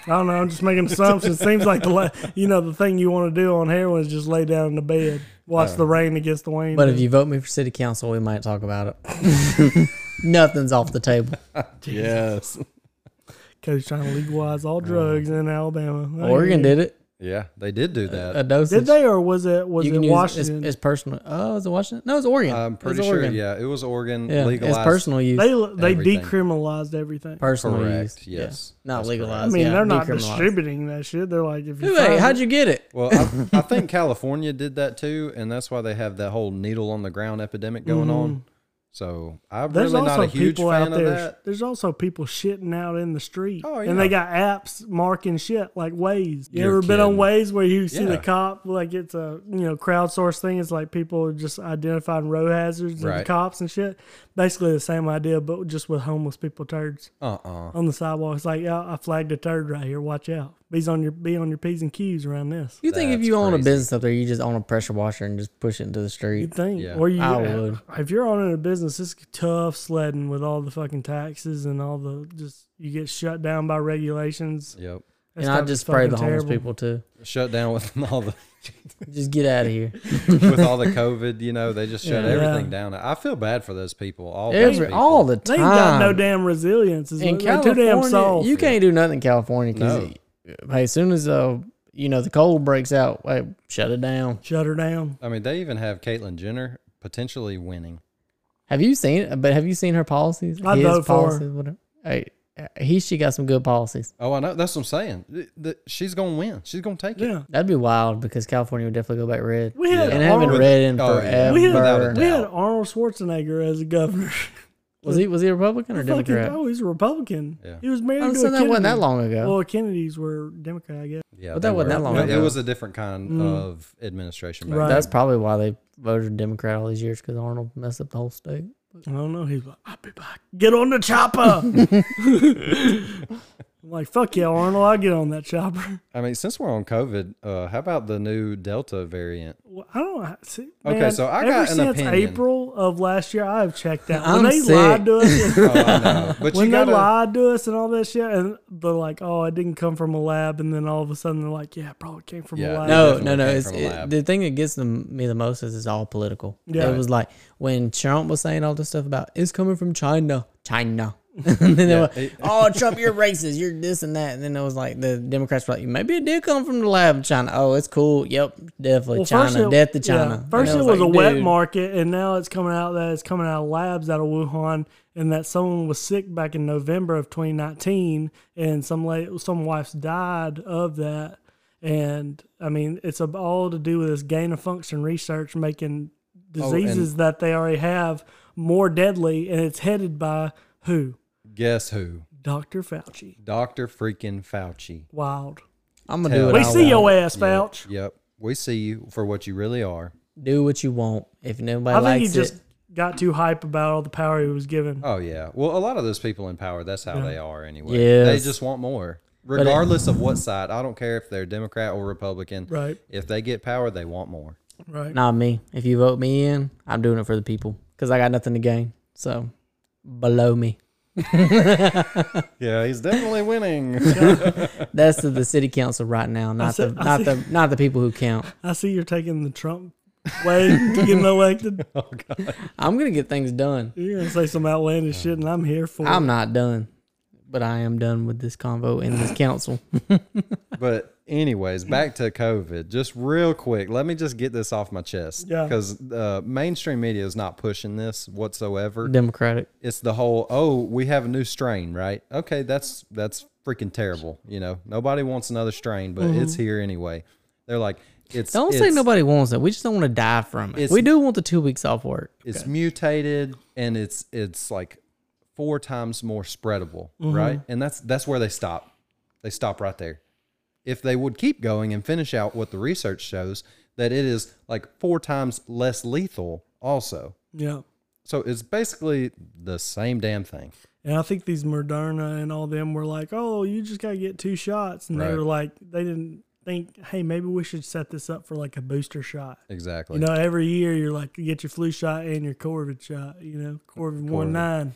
S2: I don't know. I'm just making assumptions. Seems like the la- you know the thing you want to do on heroin is just lay down in the bed, watch
S3: Uh.
S2: the rain against the wind.
S4: But if you vote me for city council, we might talk about it. (laughs) Nothing's off the table.
S3: Yes.
S2: Coach trying to legalize all drugs
S3: Uh.
S2: in Alabama, I mean,
S4: Oregon did it.
S3: (laughs) Yeah, they did do that.
S4: A dosage.
S2: Oh, Did they or was it was
S4: You
S2: it
S4: can use
S2: Washington?
S4: It's, it's personal. Oh, is it Washington? No, it's Oregon.
S3: I'm
S4: It's
S3: pretty sure.
S4: Oregon.
S3: Yeah, it was Oregon
S4: Yeah,
S3: legalized.
S4: It's personal use.
S2: they they
S3: everything.
S2: decriminalized everything.
S4: personal
S3: Correct,
S4: use. Yeah.
S3: yes.
S4: Not
S3: That's
S4: legalized.
S2: I mean,
S4: yeah,
S2: they're not
S4: decriminalized.
S2: distributing that shit. They're like, if you
S4: Wait,
S2: find
S4: how'd
S2: it-
S4: you get it?
S3: Well,
S2: (laughs)
S3: I, I think California did that too, and that's why they have that whole needle on the ground epidemic going on. So I'm
S2: Mm. there's
S3: really
S2: also
S3: not a huge
S2: people
S3: fan
S2: out
S3: of
S2: there.
S3: that.
S2: There's also people shitting out in the street,
S3: Oh,
S2: and they
S3: yeah.
S2: got apps marking shit like Waze. You
S3: You're
S2: ever been on
S3: kidding.
S2: Waze where you see the
S3: Yeah.
S2: cop like it's a you know crowdsourced thing? It's like people are just identifying road hazards and the
S3: Right.
S2: cops and shit. Basically the same idea, but just with homeless people turds
S3: Uh uh
S2: on the sidewalk. It's like, yeah, I flagged a turd right here. Watch out. Be's on your be on your p's and q's around this.
S4: You think if
S3: That's
S4: you own a
S3: crazy.
S4: business up there, you just own a pressure washer and just push it into the street?
S2: You'd think,
S3: Yeah.
S2: or you,
S4: I would.
S2: if you're owning a business, it's tough sledding with all the fucking taxes and all the just you get shut down by regulations.
S3: Yep.
S2: That's
S4: and I
S2: gotta be
S4: just spray the
S2: fucking
S4: homeless
S2: terrible.
S4: people too.
S3: Shut down
S2: (laughs)
S3: with all the
S4: Just get out of here.
S3: with all the COVID. You know, they just shut
S4: Yeah.
S3: everything down. I feel bad for those people. All those
S4: Every
S3: people.
S4: all the
S2: They
S4: time.
S2: ain't got no damn resilience. Is
S4: in
S2: what- they're too damn
S4: California,
S2: soft.
S4: you can't do nothing in California because
S3: No.
S4: hey, as soon as uh you know the cold breaks out, hey, shut it down.
S2: shut her down.
S3: I mean, they even have Caitlyn Jenner potentially winning.
S4: Have you seen it? But have you seen her policies?
S2: I vote for her.
S4: whatever. Hey, he she got some good policies.
S3: Oh, I know. That's what I'm saying. Th- th- she's gonna win. She's gonna take it.
S2: Yeah,
S4: That'd be wild because California would definitely go back red.
S2: we had
S4: and I haven't
S2: Arnold,
S4: read in
S3: Oh, yeah.
S4: forever.
S2: we
S3: Without a
S2: had, we had
S3: doubt.
S2: Arnold Schwarzenegger as a governor.
S4: was he was he a Republican or
S2: (laughs) Fucking,
S4: Democrat?
S2: oh, he's a Republican.
S3: Yeah.
S2: He was married
S4: Oh,
S2: to
S4: so
S2: a
S4: that wasn't that
S2: Kennedy.
S4: long ago.
S2: Well, Kennedys were Democrat, I guess.
S3: Yeah,
S4: But that
S3: they
S4: wasn't that
S3: were.
S4: long
S3: But It
S4: ago. Mm.
S3: was a different kind of administration. Back
S2: Right.
S4: That's probably why they voted Democrat all these years because Arnold messed up the whole state.
S2: I don't know. He's like, I'll be back. Get on the chopper. (laughs) I'm like, fuck yeah, Arnold. I'll get on that chopper.
S3: I mean, since we're on COVID, uh, how about the new Delta
S4: (laughs)
S3: variant?
S2: Well, I don't see.
S3: Okay,
S2: man,
S3: so I
S2: ever
S3: got an
S2: since
S3: opinion.
S2: April of last year, I have checked out.
S4: I'm
S2: When they
S4: sick.
S2: lied to
S4: (laughs)
S2: us,
S3: Oh, I know. But
S2: when
S3: you
S2: they
S3: gotta,
S2: lied to us and all that shit, and they're like, oh, it didn't come from a lab, and then all of a sudden they're like, yeah, it probably came from a
S3: Yeah,
S2: lab.
S3: it
S4: No,
S3: definitely
S4: no, no.
S3: came
S4: It's,
S3: from a
S4: it,
S3: lab.
S4: the thing that gets them, me the most is it's all political.
S2: Yeah.
S4: It was like when Trump was saying all this stuff about it's coming from China, China. (laughs) and then they were,
S3: it-
S4: oh, Trump, you're racist. You're this and that. And then it was like the Democrats were like, maybe it did come from the lab in China. Oh, it's cool. Yep, definitely China. Death to
S2: yeah,
S4: China. And
S2: first,
S4: I
S2: it was
S4: like,
S2: a wet
S4: dude,
S2: market, and now it's coming out that it's coming out of labs out of Wuhan, and that someone was sick back in November of 2019, and some la- some wives died of that. And I mean, it's ab- all to do with this gain of function research making
S4: Oh,
S2: diseases that they already have more deadly, and it's headed by who?
S3: Guess who?
S2: Dr. Fauci.
S3: Dr. Freaking Fauci.
S2: Wild.
S4: I'm gonna do
S3: Hell.
S4: what
S2: We
S4: I
S2: see
S4: want.
S2: your ass, Fauci.
S3: Yep. We see you for what you really are.
S4: Do what you want. If nobody
S2: I think
S4: likes
S2: he just
S4: it,
S2: got too hype about all the power he was given.
S3: Oh yeah. Well, a lot of those people in power, that's how they are anyway.
S4: Yes.
S3: They just want more. Regardless of what side, I don't care if they're Democrat or Republican.
S2: Right.
S3: If they get power, they want more.
S2: Right.
S4: not me. If you vote me in, I'm doing it for the people because I got nothing to gain. So below me.
S3: Yeah, he's definitely winning.
S4: That's the, the city council right now, not
S2: said-
S4: the
S2: I
S4: not the not the people who count.
S2: I see you're taking the Trump way to getting elected.
S4: I'm gonna get things done.
S2: You're gonna say some outlandish shit, and I'm here for
S4: I'm not done, but I am done with this convo and
S2: (sighs)
S4: this council.
S3: (laughs) but anyways, back to COVID. Just real quick, let me just get this off my chest.
S2: Yeah.
S3: Because uh, mainstream media is not pushing this whatsoever.
S4: Democratic.
S3: it's the whole oh we have a new strain right okay that's that's freaking terrible you know nobody wants another strain but it's here anyway they're like it's
S4: Mm-hmm. Don't say
S3: it's-
S4: nobody wants it. We just don't want to die from it.
S3: It's-
S4: We do want the two weeks off work.
S3: it's mutated and it's it's like four times more spreadable,
S4: Mm-hmm.
S3: right? And that's that's where they stop. They stop right there. If they would keep going and finish out what the research shows that it is like four times less lethal also.
S2: Yeah.
S3: So it's basically the same damn thing.
S2: And I think these Moderna and all them were like, oh, you just got to get two shots. And they
S3: Right.
S2: were like, they didn't think, hey, maybe we should set this up for like a booster shot.
S3: Exactly.
S2: You know, every year you're like, you get your flu shot and your Corvid shot, you know, Corvid 1 9.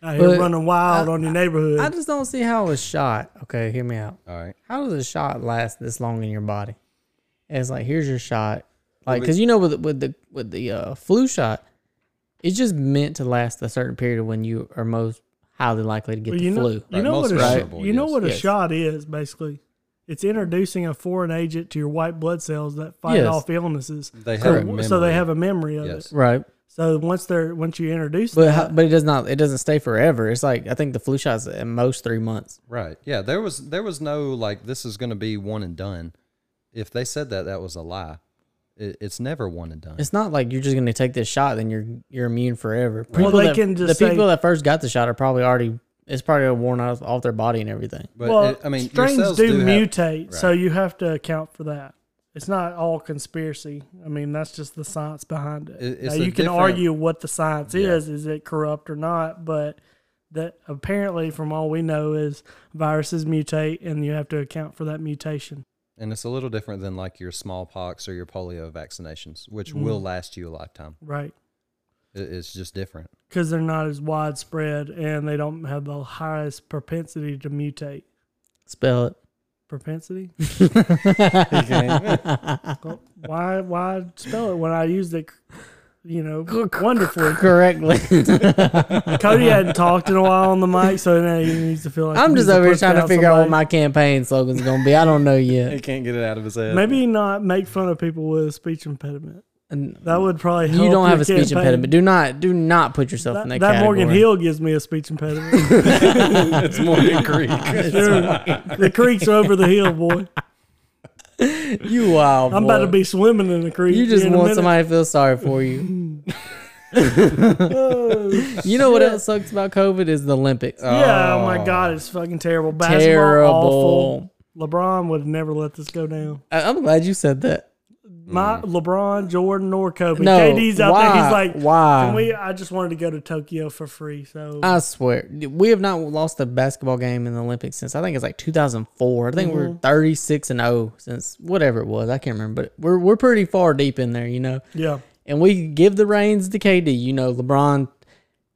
S2: Out here
S4: But
S2: running wild on your neighborhood.
S4: I just don't see how a shot. Okay, hear me out.
S3: All right.
S4: How does a shot last this long in your body? And it's like here's your shot, like because you know with with the with the uh, flu shot, it's just meant to last a certain period of when you are most highly likely to get
S2: Well,
S4: the
S2: you know,
S4: flu.
S2: You
S3: Right,
S2: know what
S3: most
S2: a, sh-
S3: vulnerable,
S2: you know
S3: yes.
S2: what a
S4: Yes.
S2: shot is basically. It's introducing a foreign agent to your white blood cells that fight
S4: Yes.
S2: off illnesses.
S3: They have
S2: So,
S3: a
S2: so they
S3: memory.
S2: have a memory of
S3: Yes.
S2: it.
S4: Right.
S2: So once they're once you introduce
S4: But
S2: that,
S4: how, but it does not it doesn't stay forever. It's like I think the flu shot's at most three months.
S3: Right. Yeah. There was there was no like this is going to be one and done. If they said that, that was a lie. It, it's never one and done.
S4: It's not like you're just going to take this shot then you're you're immune forever.
S2: Well,
S4: People
S2: they
S4: that-
S2: can just
S4: the
S2: say-
S4: people that first got the shot are probably already it's probably worn off off their body and everything.
S3: But
S2: well,
S3: it- I mean, your
S2: strains
S3: cells
S2: do,
S3: do have-
S2: mutate, so
S3: Right.
S2: you have to account for that. It's not all conspiracy. I mean, that's just the science behind it.
S3: It- it's
S2: now,
S3: a
S2: you can
S3: different-
S2: argue what the science is. Is it corrupt or not? But that apparently, from all we know, is viruses mutate, and you have to account for that mutation.
S3: and it's a little different than like your smallpox or your polio vaccinations, which
S2: Mm-hmm.
S3: will last you a lifetime.
S2: Right.
S3: It, it's just different.
S2: Because they're not as widespread and they don't have the highest propensity to mutate.
S4: Spell it. (laughs)
S2: Propensity? (laughs) Well, why why spell it when I used it, you know, wonderfully?
S4: Correctly.
S2: Cody hadn't talked in a while on the mic, so now he needs to feel like he
S4: I'm
S2: needs
S4: just over here
S2: push
S4: trying to
S2: down
S4: figure out what
S2: somebody.
S4: my campaign slogan's going to be. I don't
S2: (laughs)
S4: know yet.
S3: can't get it out of his head.
S2: Maybe not make fun of people with a speech impediment.
S4: And
S2: That would probably help.
S4: you don't have
S2: your
S4: a speech
S2: campaign.
S4: impediment. Do not do not put yourself in
S2: That,
S4: that,
S2: that
S4: category.
S2: Morgan Hill gives me a speech
S4: (laughs)
S2: impediment.
S3: (laughs) it's more than Greek.
S2: Sure. the creeks are over the hill, boy.
S4: You wild.
S2: I'm
S4: boy.
S2: about to be swimming in the creek.
S4: You just
S2: in a
S4: want
S2: minute.
S4: somebody to feel sorry for
S2: (laughs)
S4: you. (laughs) you know what else sucks about COVID is the Olympics. Uh,
S2: Yeah, oh my God, it's fucking terrible. Basketball,
S4: Terrible.
S2: awful. LeBron would have never let this go down.
S4: I- I'm glad you said that.
S2: My LeBron, Jordan, or Kobe.
S4: Mm. No,
S2: KD's out there.
S4: why?
S2: He's like,
S4: Why?
S2: Can we? I just wanted to go to Tokyo for free. So
S4: I swear, we have not lost a basketball game in the Olympics since I think it's like 2004. I think we're
S2: Mm-hmm.
S4: 36 and 0 since whatever it was. I can't remember, but we're we're pretty far deep in there, you know.
S2: yeah,
S4: and we give the reins to KD. You know, LeBron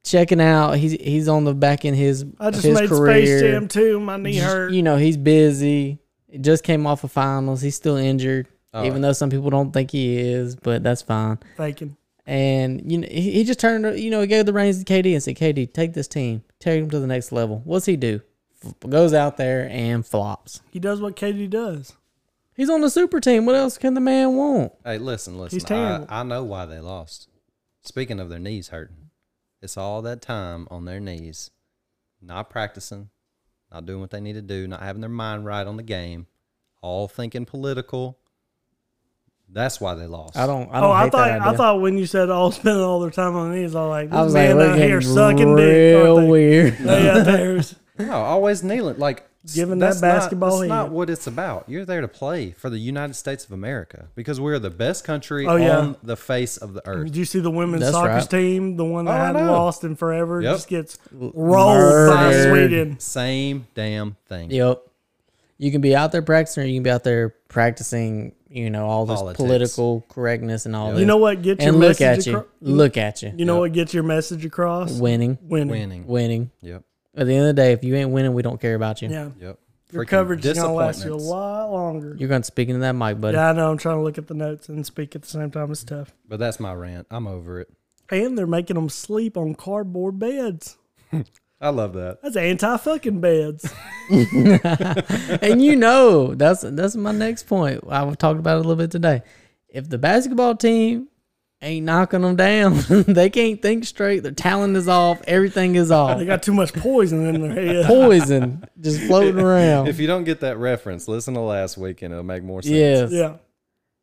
S4: checking out. He's he's on the back in his
S2: I just
S4: his
S2: made
S4: career.
S2: Space Jam too. My knee
S4: Just-
S2: hurt.
S4: You know, he's busy. It just came off of finals. He's still injured, even though some people don't think he is, but that's fine.
S2: Thinking
S4: And you know, he, he just turned. You know, he gave the reins to KD and said, "KD, take this team, take him to the next level." What's he do? F- goes out there and flops.
S2: he does what KD does.
S4: He's on the super team. What else can the man want?
S3: Hey, listen, listen.
S2: terrible.
S3: I, I know why they lost. Speaking of their knees hurting, it's all that time on their knees, not practicing, not doing what they need to do, not having their mind right on the game, all thinking political. That's why they lost.
S4: I don't. I don't
S2: oh, I
S4: hate
S2: thought
S4: that
S2: I
S4: idea.
S2: thought when you said all (laughs) spending all their time on these, I was like, this
S4: I was like,
S2: man
S4: we're
S2: out here
S4: getting
S2: sucking dick.
S4: real
S2: aren't they?
S4: weird. (laughs)
S2: They out there is-
S3: No, always kneeling. Like s-
S2: Giving that
S3: that's not-
S2: basketball
S3: That's not
S2: head.
S3: what it's about. You're there to play for the United States of America because we're the best country
S2: Oh, yeah.
S3: on the face of the earth.
S2: Did you see the women's
S4: That's
S2: soccer
S4: right.
S2: team? The one that
S3: Oh, I
S2: hadn't
S3: know.
S2: lost in forever
S3: Yep.
S2: just gets rolled
S4: Murdered.
S2: by Sweden.
S3: Same damn thing.
S4: Yep. You can be out there practicing, or you can be out there practicing, you know, all this
S3: Politics.
S4: political correctness and all this.
S2: You know what gets
S4: And
S2: your
S4: look
S2: message
S4: at you.
S2: acro-
S4: look at you.
S2: You know what gets your message across?
S4: Winning.
S2: Winning.
S3: Winning.
S4: Winning.
S3: Yep.
S4: At the end of the day, if you ain't winning, we don't care about you.
S2: Yeah.
S3: Yep.
S2: Your
S3: Freaking
S2: coverage is gonna last you a
S3: disappointments.
S2: lot longer.
S4: You're going to speak into that mic, buddy.
S2: Yeah, I know. I'm trying to look at the notes and speak at the same time. It's tough.
S3: But that's my rant. I'm over it.
S2: And they're making them sleep on cardboard beds.
S3: I love that.
S2: That's anti fucking beds.
S4: and you know, that's that's my next point. I was talking about it a little bit today. If the basketball team ain't knocking them down, (laughs) they can't think straight. Their talent is off. Everything is
S2: (laughs)
S4: off.
S2: They got too much poison
S4: (laughs)
S2: in their head.
S4: Poison just floating
S3: (laughs)
S4: around.
S3: If you don't get that reference, listen to last weekend. It'll make more sense.
S4: (laughs) Yes.
S2: Yeah.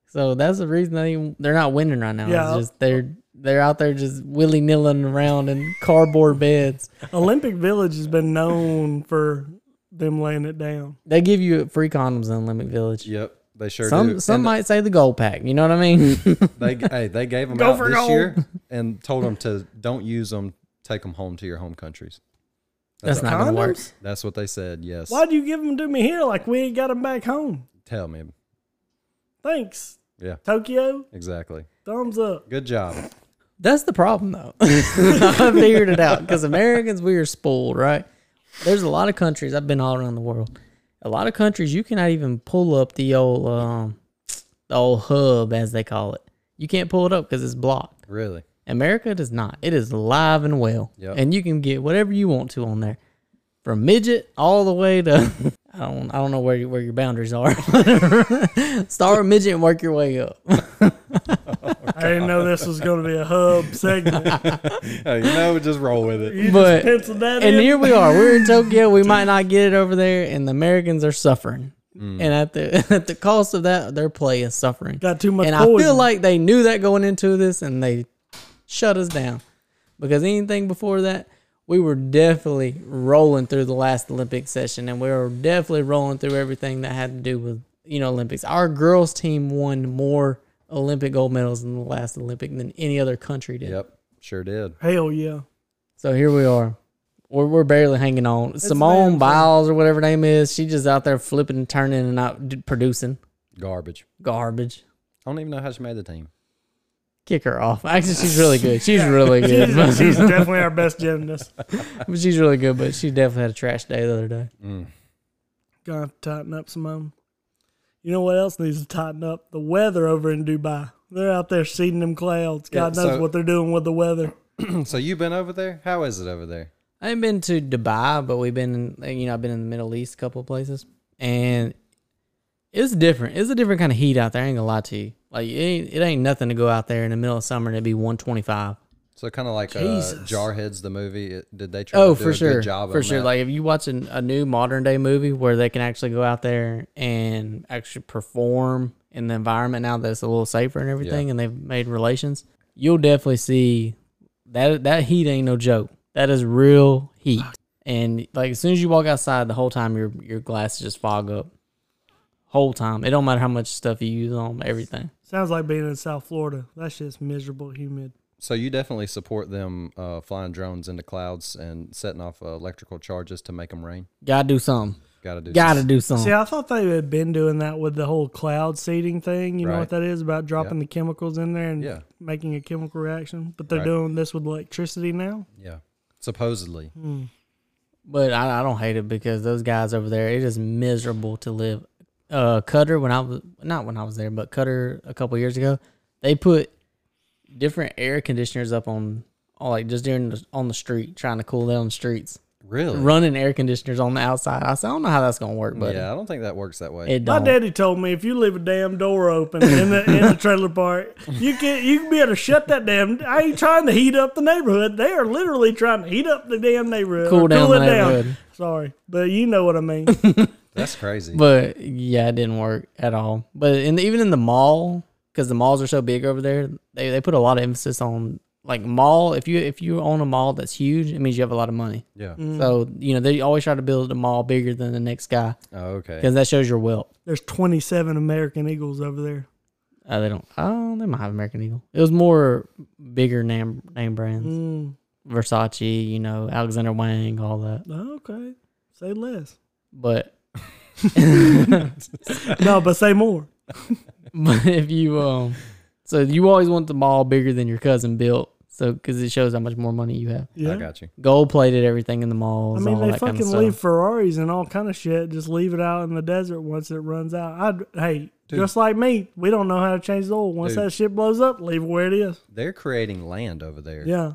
S4: So that's the reason they they're not winning right now.
S2: Yeah.
S4: It's just they're They're out there just willy nilling around in cardboard beds.
S2: Olympic Village has been known for them laying it down.
S4: They give you free condoms in Olympic Village.
S3: Yep, they sure do.
S4: some some
S3: And
S4: might say the gold pack. You know what
S3: (laughs)
S4: I mean?
S3: they hey, they
S2: (laughs)
S3: gave them
S2: Go
S3: out
S2: for
S3: this
S2: gold.
S3: year and told them to don't use them. Take them home to your home countries.
S4: That's not gonna work.
S2: Condoms?
S3: That's what they said. Yes.
S2: Why'd you give them to me here? Like we ain't got them back home.
S3: Tell me.
S2: Thanks,
S3: Yeah.
S2: Tokyo.
S3: Exactly.
S2: Thumbs up.
S3: Good job.
S4: That's the
S3: (laughs)
S4: problem, though. (laughs) I figured it out because Americans, we are spoiled, right? There's a lot of countries. I've been all around the world. A lot of countries you cannot even pull up the old um, the old hub as they call it. You can't pull it up because it's blocked.
S3: Really.
S4: America does not. It is live and well,
S3: Yep.
S4: and you can get whatever you want to on there, from midget all the way to (laughs) I don't I don't know where you, where your boundaries are. (laughs) Start with midget and work your way up.
S2: I didn't know this was going to be a hub
S3: (laughs)
S2: segment.
S3: Hey, you know, just roll
S2: (laughs)
S3: with it.
S4: but
S2: Pencil that
S4: and
S2: in.
S4: here we are. We're in Tokyo. We might not get it over there, and the Americans are suffering. And at the (laughs) at the cost of that, their play is suffering.
S2: Got too much
S4: and I feel
S2: poison.
S4: like they knew that going into this, and they shut us down because anything before that, we were definitely rolling through the last Olympic session, and we were definitely rolling through everything that had to do with you know Olympics. Our girls team won more Olympic gold medals in the last Olympic than any other country did.
S3: Yep. Sure did.
S2: Hell yeah.
S4: So here we are. We're, we're barely hanging on.
S2: damn
S4: Simone
S2: thing.
S4: Biles or whatever her name is, she just out there flipping and turning and not d- producing
S3: Garbage.
S4: garbage.
S3: I don't even know how she made the team.
S4: Kick her off. Actually, she's really good. (laughs) She's really good.
S2: She's, she's definitely our best gymnast.
S4: (laughs) But she's really good, but she definitely had a trash day the other day.
S2: Gonna have to tighten up Simone. You know what else needs to tighten up? The weather over in Dubai. They're out there seeding them clouds. God
S3: Yeah,
S2: knows
S3: so-
S2: what they're doing with the weather.
S3: So you've been over there? How is it over there?
S4: I ain't been to Dubai, but we've been, in, you know, I've been in the Middle East a couple of places, and it's different. It's a different kind of heat out there. I ain't gonna lie to you. Like it ain't, it ain't nothing to go out there in the middle of summer and it'd be one twenty five.
S3: So kind of like uh,
S2: Jesus.
S3: Jarheads the movie. It, did they try
S4: Oh,
S3: to do
S4: for
S3: a
S4: sure,
S3: good job
S4: for
S3: on
S4: sure.
S3: that?
S4: Like if you watch an, a new modern day movie where they can actually go out there and actually perform in the environment now that's a little safer and everything, and they've made relations, you'll definitely see that that heat ain't no joke. That is real heat. And like as soon as you walk outside, the whole time your your glasses just fog up. Whole time, it don't matter how much stuff you use on everything.
S2: Sounds like being in South Florida. That shit's miserable, humid.
S3: so you definitely support them uh, flying drones into clouds and setting off uh, electrical charges to make them rain.
S4: Gotta do something.
S3: Got to do.
S4: Gotta do something.
S2: See, I thought they had been doing that with the whole cloud seeding thing. You know what
S3: Right.
S2: that is about dropping the chemicals in there and
S3: Yeah.
S2: making a chemical reaction. But they're
S3: Right.
S2: doing this with electricity now.
S3: Yeah. Supposedly.
S4: But I, I don't hate it because those guys over there, it is miserable to live. Uh, Cutter, when I was not when I was there, but Cutter a couple years ago, they put different air conditioners up on, on like just during the, on the street, trying to cool down the streets,
S3: Really?
S4: running air conditioners on the outside. I said, I don't know how that's gonna work, but
S3: Yeah, I don't think that works that way.
S4: it
S2: My
S4: don't.
S2: daddy told me if you leave a damn door open in the in
S4: (laughs)
S2: the trailer park, you can you can better shut that damn. I ain't trying to heat up the neighborhood. They are literally trying to heat up the damn neighborhood.
S4: Cool
S2: or
S4: down the neighborhood.
S2: Sorry, but you know what I
S4: (laughs)
S2: mean.
S3: That's crazy.
S4: But yeah, it didn't work at all. But in the, even in the mall, because the malls are so big over there, they, they put a lot of emphasis on like mall. If you if you own a mall that's huge, it means you have a lot of money.
S3: yeah.
S2: Mm.
S4: So you know they always try to build a mall bigger than the next guy
S3: Oh, okay.
S4: because that shows your wealth.
S2: There's 27 American Eagles over there.
S4: Uh, they don't. Oh, they might have American Eagle. It was more bigger name name brands,
S2: Mm,
S4: Versace, you know, Alexander Wang, all that.
S2: okay, say less.
S4: (laughs) But
S2: No, but say
S4: (laughs)
S2: more.
S4: but if you um, so you always want the mall bigger than your cousin built, so because it shows how much more money you have.
S2: Yeah.
S3: I got you.
S4: Gold plated everything in the malls.
S2: I mean,
S4: all
S2: they
S4: that
S2: fucking
S4: kind of stuff.
S2: leave Ferraris and all kind of shit. Just leave it out in the desert once it runs out. I hey, just like me, we don't know how to change the oil. Once
S3: Dude.
S2: that shit blows up, leave it where it is.
S3: They're creating land over there.
S2: Yeah,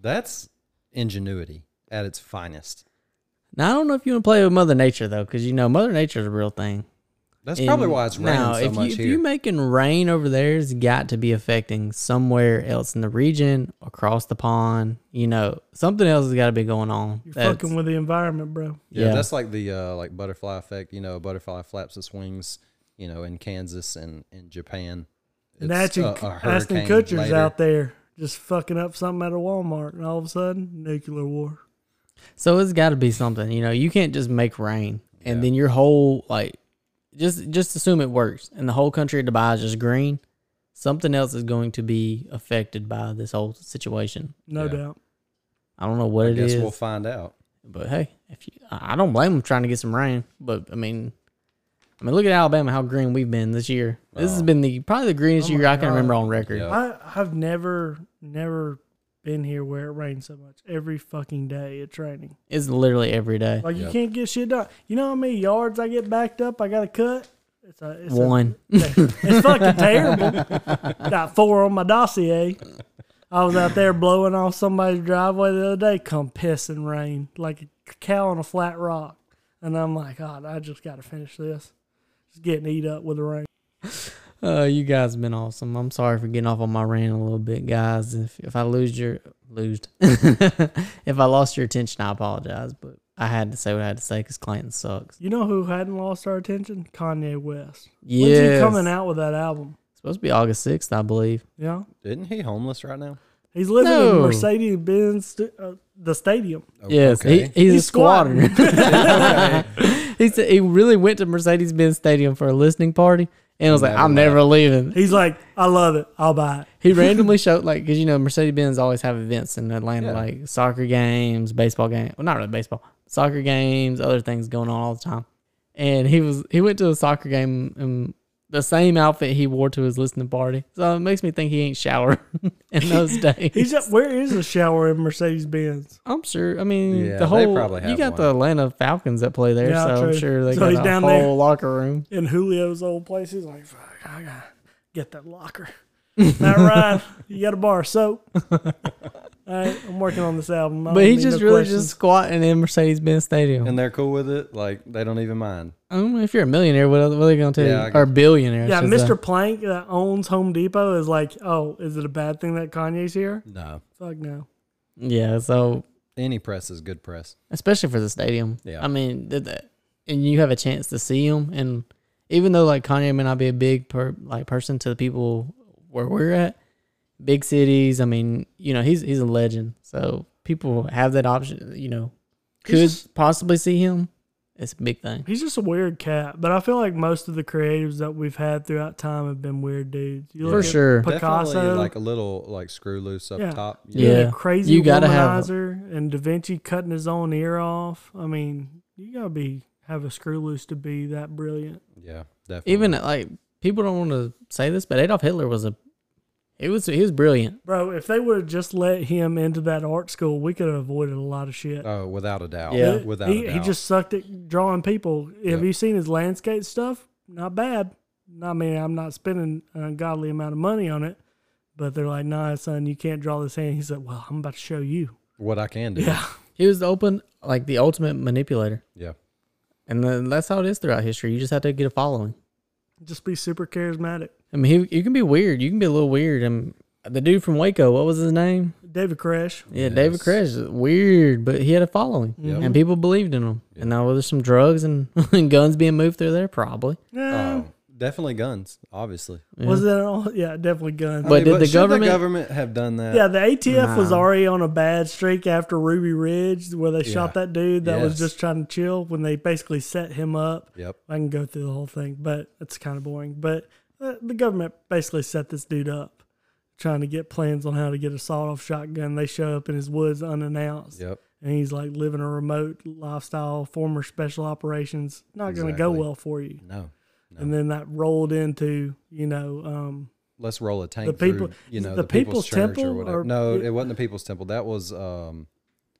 S3: That's ingenuity at its finest.
S4: Now I don't know if you want to play with Mother Nature though, because you know Mother Nature is a real thing.
S3: That's
S4: And
S3: probably why it's raining
S4: now,
S3: so
S4: if
S3: much
S4: you,
S3: here.
S4: If you're making rain over there, it's got to be affecting somewhere else in the region, across the pond. You know, something else has got to be going on.
S2: you're
S4: That's-
S2: fucking with the environment, bro.
S3: yeah,
S4: yeah.
S3: that's like the uh, like butterfly effect. You know, butterfly flaps its wings. You know, in Kansas and in Japan,
S2: And
S3: It's
S2: Ashton,
S3: a- a
S2: Ashton
S3: hurricane
S2: Kutcher's
S3: later.
S2: out there just fucking up something at a Walmart, and all of a sudden, nuclear war.
S4: So it's got to be something, you know. You can't just make rain and then your whole like, just just assume it works and the whole country of Dubai is just green. Something else is going to be affected by this whole situation.
S2: No
S3: Yeah.
S2: doubt.
S4: I don't know what
S3: I
S4: it
S3: guess
S4: is,
S3: we'll find out.
S4: but hey, if you, I I don't blame them trying to get some rain, but I mean, I mean, look at Alabama, how green we've been this year. This has
S3: Wow.
S4: been the probably the greenest
S2: Oh
S4: year
S2: my
S4: I can
S2: God.
S4: remember on record.
S3: Yeah.
S2: I I've never never been here where it rains so much. Every fucking day it's raining.
S4: It's literally every day.
S2: Like you
S3: Yeah.
S2: can't get shit done. You know how many yards I get backed up? I got to cut. It's a it's a-
S4: One.
S2: it's fucking terrible. Got four on my dossier. I was out there blowing off somebody's driveway the other day, come pissing rain like a cow on a flat rock. And I'm like, God, I just got to finish this. Just getting eat up with the rain.
S4: Uh, you guys been awesome. I'm sorry for getting off on my rant a little bit, guys. If if I lose your lose, (laughs) if I lost your attention, I apologize. But I had to say what I had to say because Clanton sucks.
S2: You know who hadn't lost our attention? Kanye West. When's
S4: Yeah,
S2: he coming out with that album?
S4: Supposed to be August sixth, I believe.
S2: Yeah.
S3: Isn't he homeless right now?
S2: He's living in
S4: No.
S2: Mercedes Benz, st- uh, the stadium.
S3: Oh,
S4: yes,
S3: okay.
S4: he, he's,
S2: He's
S4: a squatter. (laughs) he said he really went to Mercedes Benz Stadium for a listening party, and was like,
S3: Never
S4: "I'm never leaving."
S2: He's like, I love it. I'll buy it.
S4: He randomly showed like because you know Mercedes Benz always have events in Atlanta,
S3: Yeah.
S4: like soccer games, baseball games. Well, not really baseball, soccer games, other things going on all the time. And he was he went to a soccer game in the same outfit he wore to his listening party. So it makes me think he ain't showered (laughs)
S3: (laughs)
S4: in those days.
S2: He's up. Where is the shower in Mercedes Benz?
S4: I'm sure. I mean,
S3: Yeah,
S4: the
S3: they
S4: whole
S3: probably
S4: you
S3: have
S4: got the
S3: one.
S4: Atlanta Falcons that play there,
S2: Yeah,
S4: so I'm
S2: true.
S4: sure they
S2: So
S4: got
S2: he's
S4: a
S2: down
S4: whole
S2: there.
S4: locker room.
S2: in Julio's old place. He's like, fuck, I gotta get that locker.
S4: (laughs)
S2: Matt Ryan, you got a bar of (laughs) soap. All right, I'm working on this album. I
S4: But
S2: don't
S4: he
S2: need
S4: just
S2: no
S4: really
S2: questions.
S4: just squatting in Mercedes Benz Stadium.
S3: And they're cool with it. Like they don't even mind.
S4: I don't know if you're a millionaire, what, what are they going to tell
S3: Yeah, I
S4: you?
S3: got-
S4: Or billionaire. I
S2: Yeah,
S4: should say.
S2: Mr. Plank that owns Home Depot is like, oh, is it a bad thing that Kanye's here?
S3: No.
S2: Fuck no.
S4: Yeah, so
S3: Any press is good press.
S4: especially for the stadium.
S3: Yeah.
S4: I mean, th- th- and you have a chance to see him, and even though like Kanye may not be a big per, like person to the people where we're at, big cities. I mean, you know, he's he's a legend, so people have that option. You know, could
S2: He's-
S4: possibly see him. It's a big thing.
S2: He's just a weird cat, but I feel like most of the creatives that we've had throughout time have been weird dudes. You
S4: For sure.
S2: Picasso,
S3: Definitely like a little like screw loose up
S2: Yeah.
S3: top. you
S2: yeah,
S3: know?
S4: Yeah.
S2: crazy
S4: You gotta have-
S2: womanizer, and Da Vinci cutting his own ear off. I mean, you gotta be have a screw loose to be that brilliant.
S3: Yeah. Definitely.
S4: Even like people don't want to say this, but Adolf Hitler was a he was he was brilliant.
S2: Bro, if they would have just let him into that art school, we could have avoided a lot of shit.
S3: Oh, without a doubt.
S4: Yeah.
S2: He-
S3: Without
S2: he,
S3: a doubt.
S2: he just sucked at drawing people. Have
S3: Yep.
S2: you seen his landscape stuff? Not bad. I mean, I'm not spending an ungodly amount of money on it, but they're like, "Nah, son, you can't draw this hand." He said, "Well, I'm about to show you."
S3: what I can do.
S2: Yeah,
S4: He was the open like the ultimate manipulator,
S3: Yeah.
S4: and then that's how it is throughout history. You just have to get a following.
S2: just be super charismatic.
S4: I mean, he, you can be weird. You can be a little weird. And the dude from Waco, what was his name?
S2: David Crash.
S4: Yeah, David Koresh. is Weird, but he had a following,
S3: Yep.
S4: and people believed in him. And now there's some drugs and, (laughs) and guns being moved through there, probably.
S2: Yeah.
S3: Oh, definitely guns, obviously.
S2: Eh, Was that all? Yeah, definitely guns.
S4: But did the
S3: should
S4: government-
S3: government have done that?
S2: Yeah, the ATF was
S4: Nah.
S2: already on a bad streak after Ruby Ridge, where they shot
S3: Yeah.
S2: that dude that was
S3: Yes.
S2: just trying to chill when they basically set him up.
S3: Yep.
S2: I can go through the whole thing, but it's kind of boring. But uh, the government basically set this dude up, trying to get plans on how to get a sawed-off shotgun. They show up in his woods unannounced,
S3: Yep.
S2: and he's like living a remote lifestyle, former special operations. Not going to go
S3: Exactly.
S2: well for you.
S3: No.
S2: And then that rolled into you know um,
S3: Let's roll a tank.
S2: The people-
S3: through, you know,
S2: the
S3: the, people's,
S2: People's
S3: church
S2: Temple
S3: or whatever.
S2: or-
S3: no, it wasn't the people's temple. That was um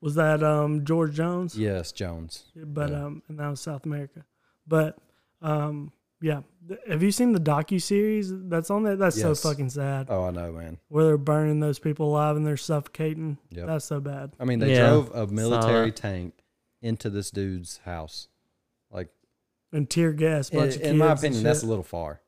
S2: was that um, George Jones?
S3: yes, Jones.
S2: but
S3: Yeah.
S2: um, and that was South America. But um, yeah, Th- have you seen the docu series that's on there? That's
S3: Yes.
S2: so fucking sad.
S3: Oh, I know, man.
S2: Where they're burning those people alive and they're suffocating.
S3: Yep.
S2: That's so bad.
S3: I mean, they
S4: Yeah.
S3: drove a military
S4: that.
S3: tank into this dude's house. Like
S2: And tear gas,
S3: in,
S2: bunch of kids
S3: in my
S2: and
S3: opinion, that's a
S2: shit.
S3: little far.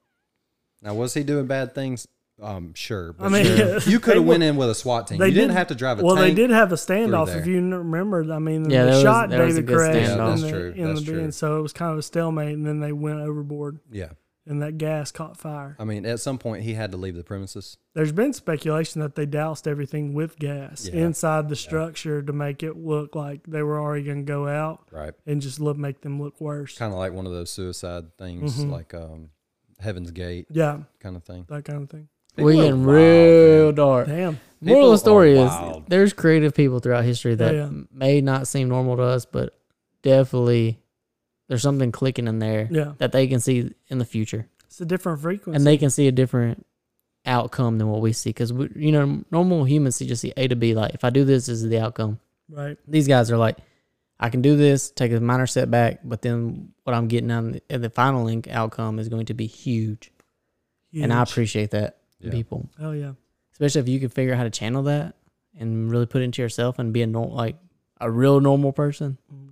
S3: Now, was he doing bad things? Um, sure. But
S2: I mean, (laughs)
S3: sure. you could
S2: they
S3: have went
S2: were-
S3: in with a SWAT team.
S2: they
S3: You didn't
S2: did-
S3: have to drive a
S2: well,
S3: tank.
S2: they did have a standoff.
S3: there.
S2: If you n- remember, I mean,
S4: Yeah,
S2: they
S4: there was-
S2: shot
S4: there was a
S2: David
S4: good
S2: Koresh
S4: standoff.
S2: in
S4: That's
S2: the,
S3: true.
S2: in
S3: That's
S2: the beginning,
S3: true.
S2: so it was kind of a stalemate, and then they went overboard.
S3: Yeah.
S2: and that gas caught fire.
S3: I mean, at some point he had to leave the premises.
S2: There's been speculation that they doused everything with gas
S3: Yeah.
S2: inside the structure to make it look like they were already going to go out
S3: Right.
S2: and just look make them look worse.
S3: Kind of like one of those suicide things,
S2: Mm-hmm.
S3: like um, Heaven's Gate
S2: Yeah,
S3: kind of thing.
S2: that kind of thing.
S4: We
S3: People are
S4: getting
S3: wild,
S4: real
S3: man.
S4: dark.
S2: Damn.
S4: Moral
S3: People
S4: of the story
S3: are
S4: is
S3: wild.
S4: there's creative people throughout history that
S2: yeah.
S4: may not seem normal to us, but definitely there's something clicking in there
S2: Yeah.
S4: that they can see in the future,
S2: It's a different frequency.
S4: and they can see a different outcome than what we see. Because you know, normal humans see just see A to B. Like if I do this, this is the outcome.
S2: right.
S4: These guys are like, I can do this, take a minor setback, but then what I'm getting on the, the final link outcome is going to be huge, and I
S2: Huge.
S4: appreciate that in
S3: Yeah.
S4: people
S2: Hell yeah.
S4: especially if you can figure out how to channel that and really put it into yourself and be a normal, like a real normal person.
S2: Mm-hmm.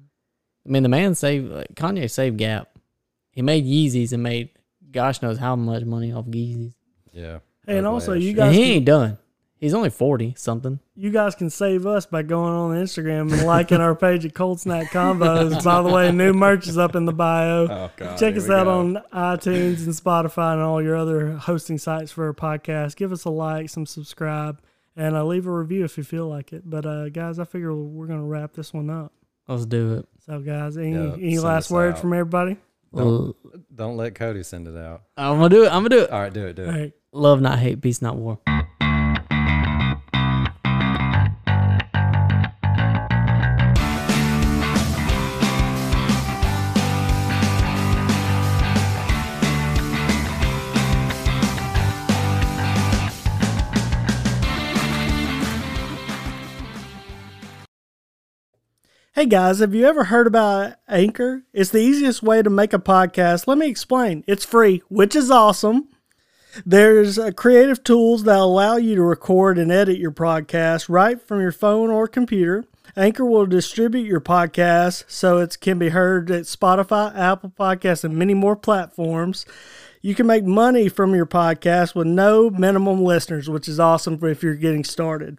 S4: I mean, the man saved like, Kanye saved Gap. He made Yeezys and made gosh knows how much money off Yeezys.
S3: Yeah.
S2: Hey, and
S3: Backlash.
S2: also you
S4: And
S2: guys
S4: he
S2: can-
S4: ain't done. He's only forty something.
S2: you guys can save us by going on Instagram and liking our page at Cold Snack Combos. By the way, new merch is up in the bio.
S3: Oh, God,
S2: Check
S3: here
S2: us
S3: we
S2: out
S3: go.
S2: on
S3: (laughs)
S2: iTunes and Spotify and all your other hosting sites for our podcast. Give us a like, some subscribe, and uh, leave a review if you feel like it. But uh, guys, I figure we're gonna wrap this one up.
S4: Let's do it.
S2: So guys, any,
S3: Yeah,
S2: any
S3: send
S2: last
S3: us
S2: words
S3: out.
S2: from everybody? Oh.
S3: Don't- Don't let Cody send it out.
S4: I'm gonna do it. I'm gonna do it.
S3: All right, do it, do it.
S2: All right.
S4: Love, not hate, peace, not war.
S2: Hey guys, have you ever heard about Anchor? It's the easiest way to make a podcast. Let me explain. It's free, which is awesome. There's uh, creative tools that allow you to record and edit your podcast right from your phone or computer. Anchor will distribute your podcast so it can be heard at Spotify, Apple Podcasts, and many more platforms. You can make money from your podcast with no minimum listeners, which is awesome for if you're getting started.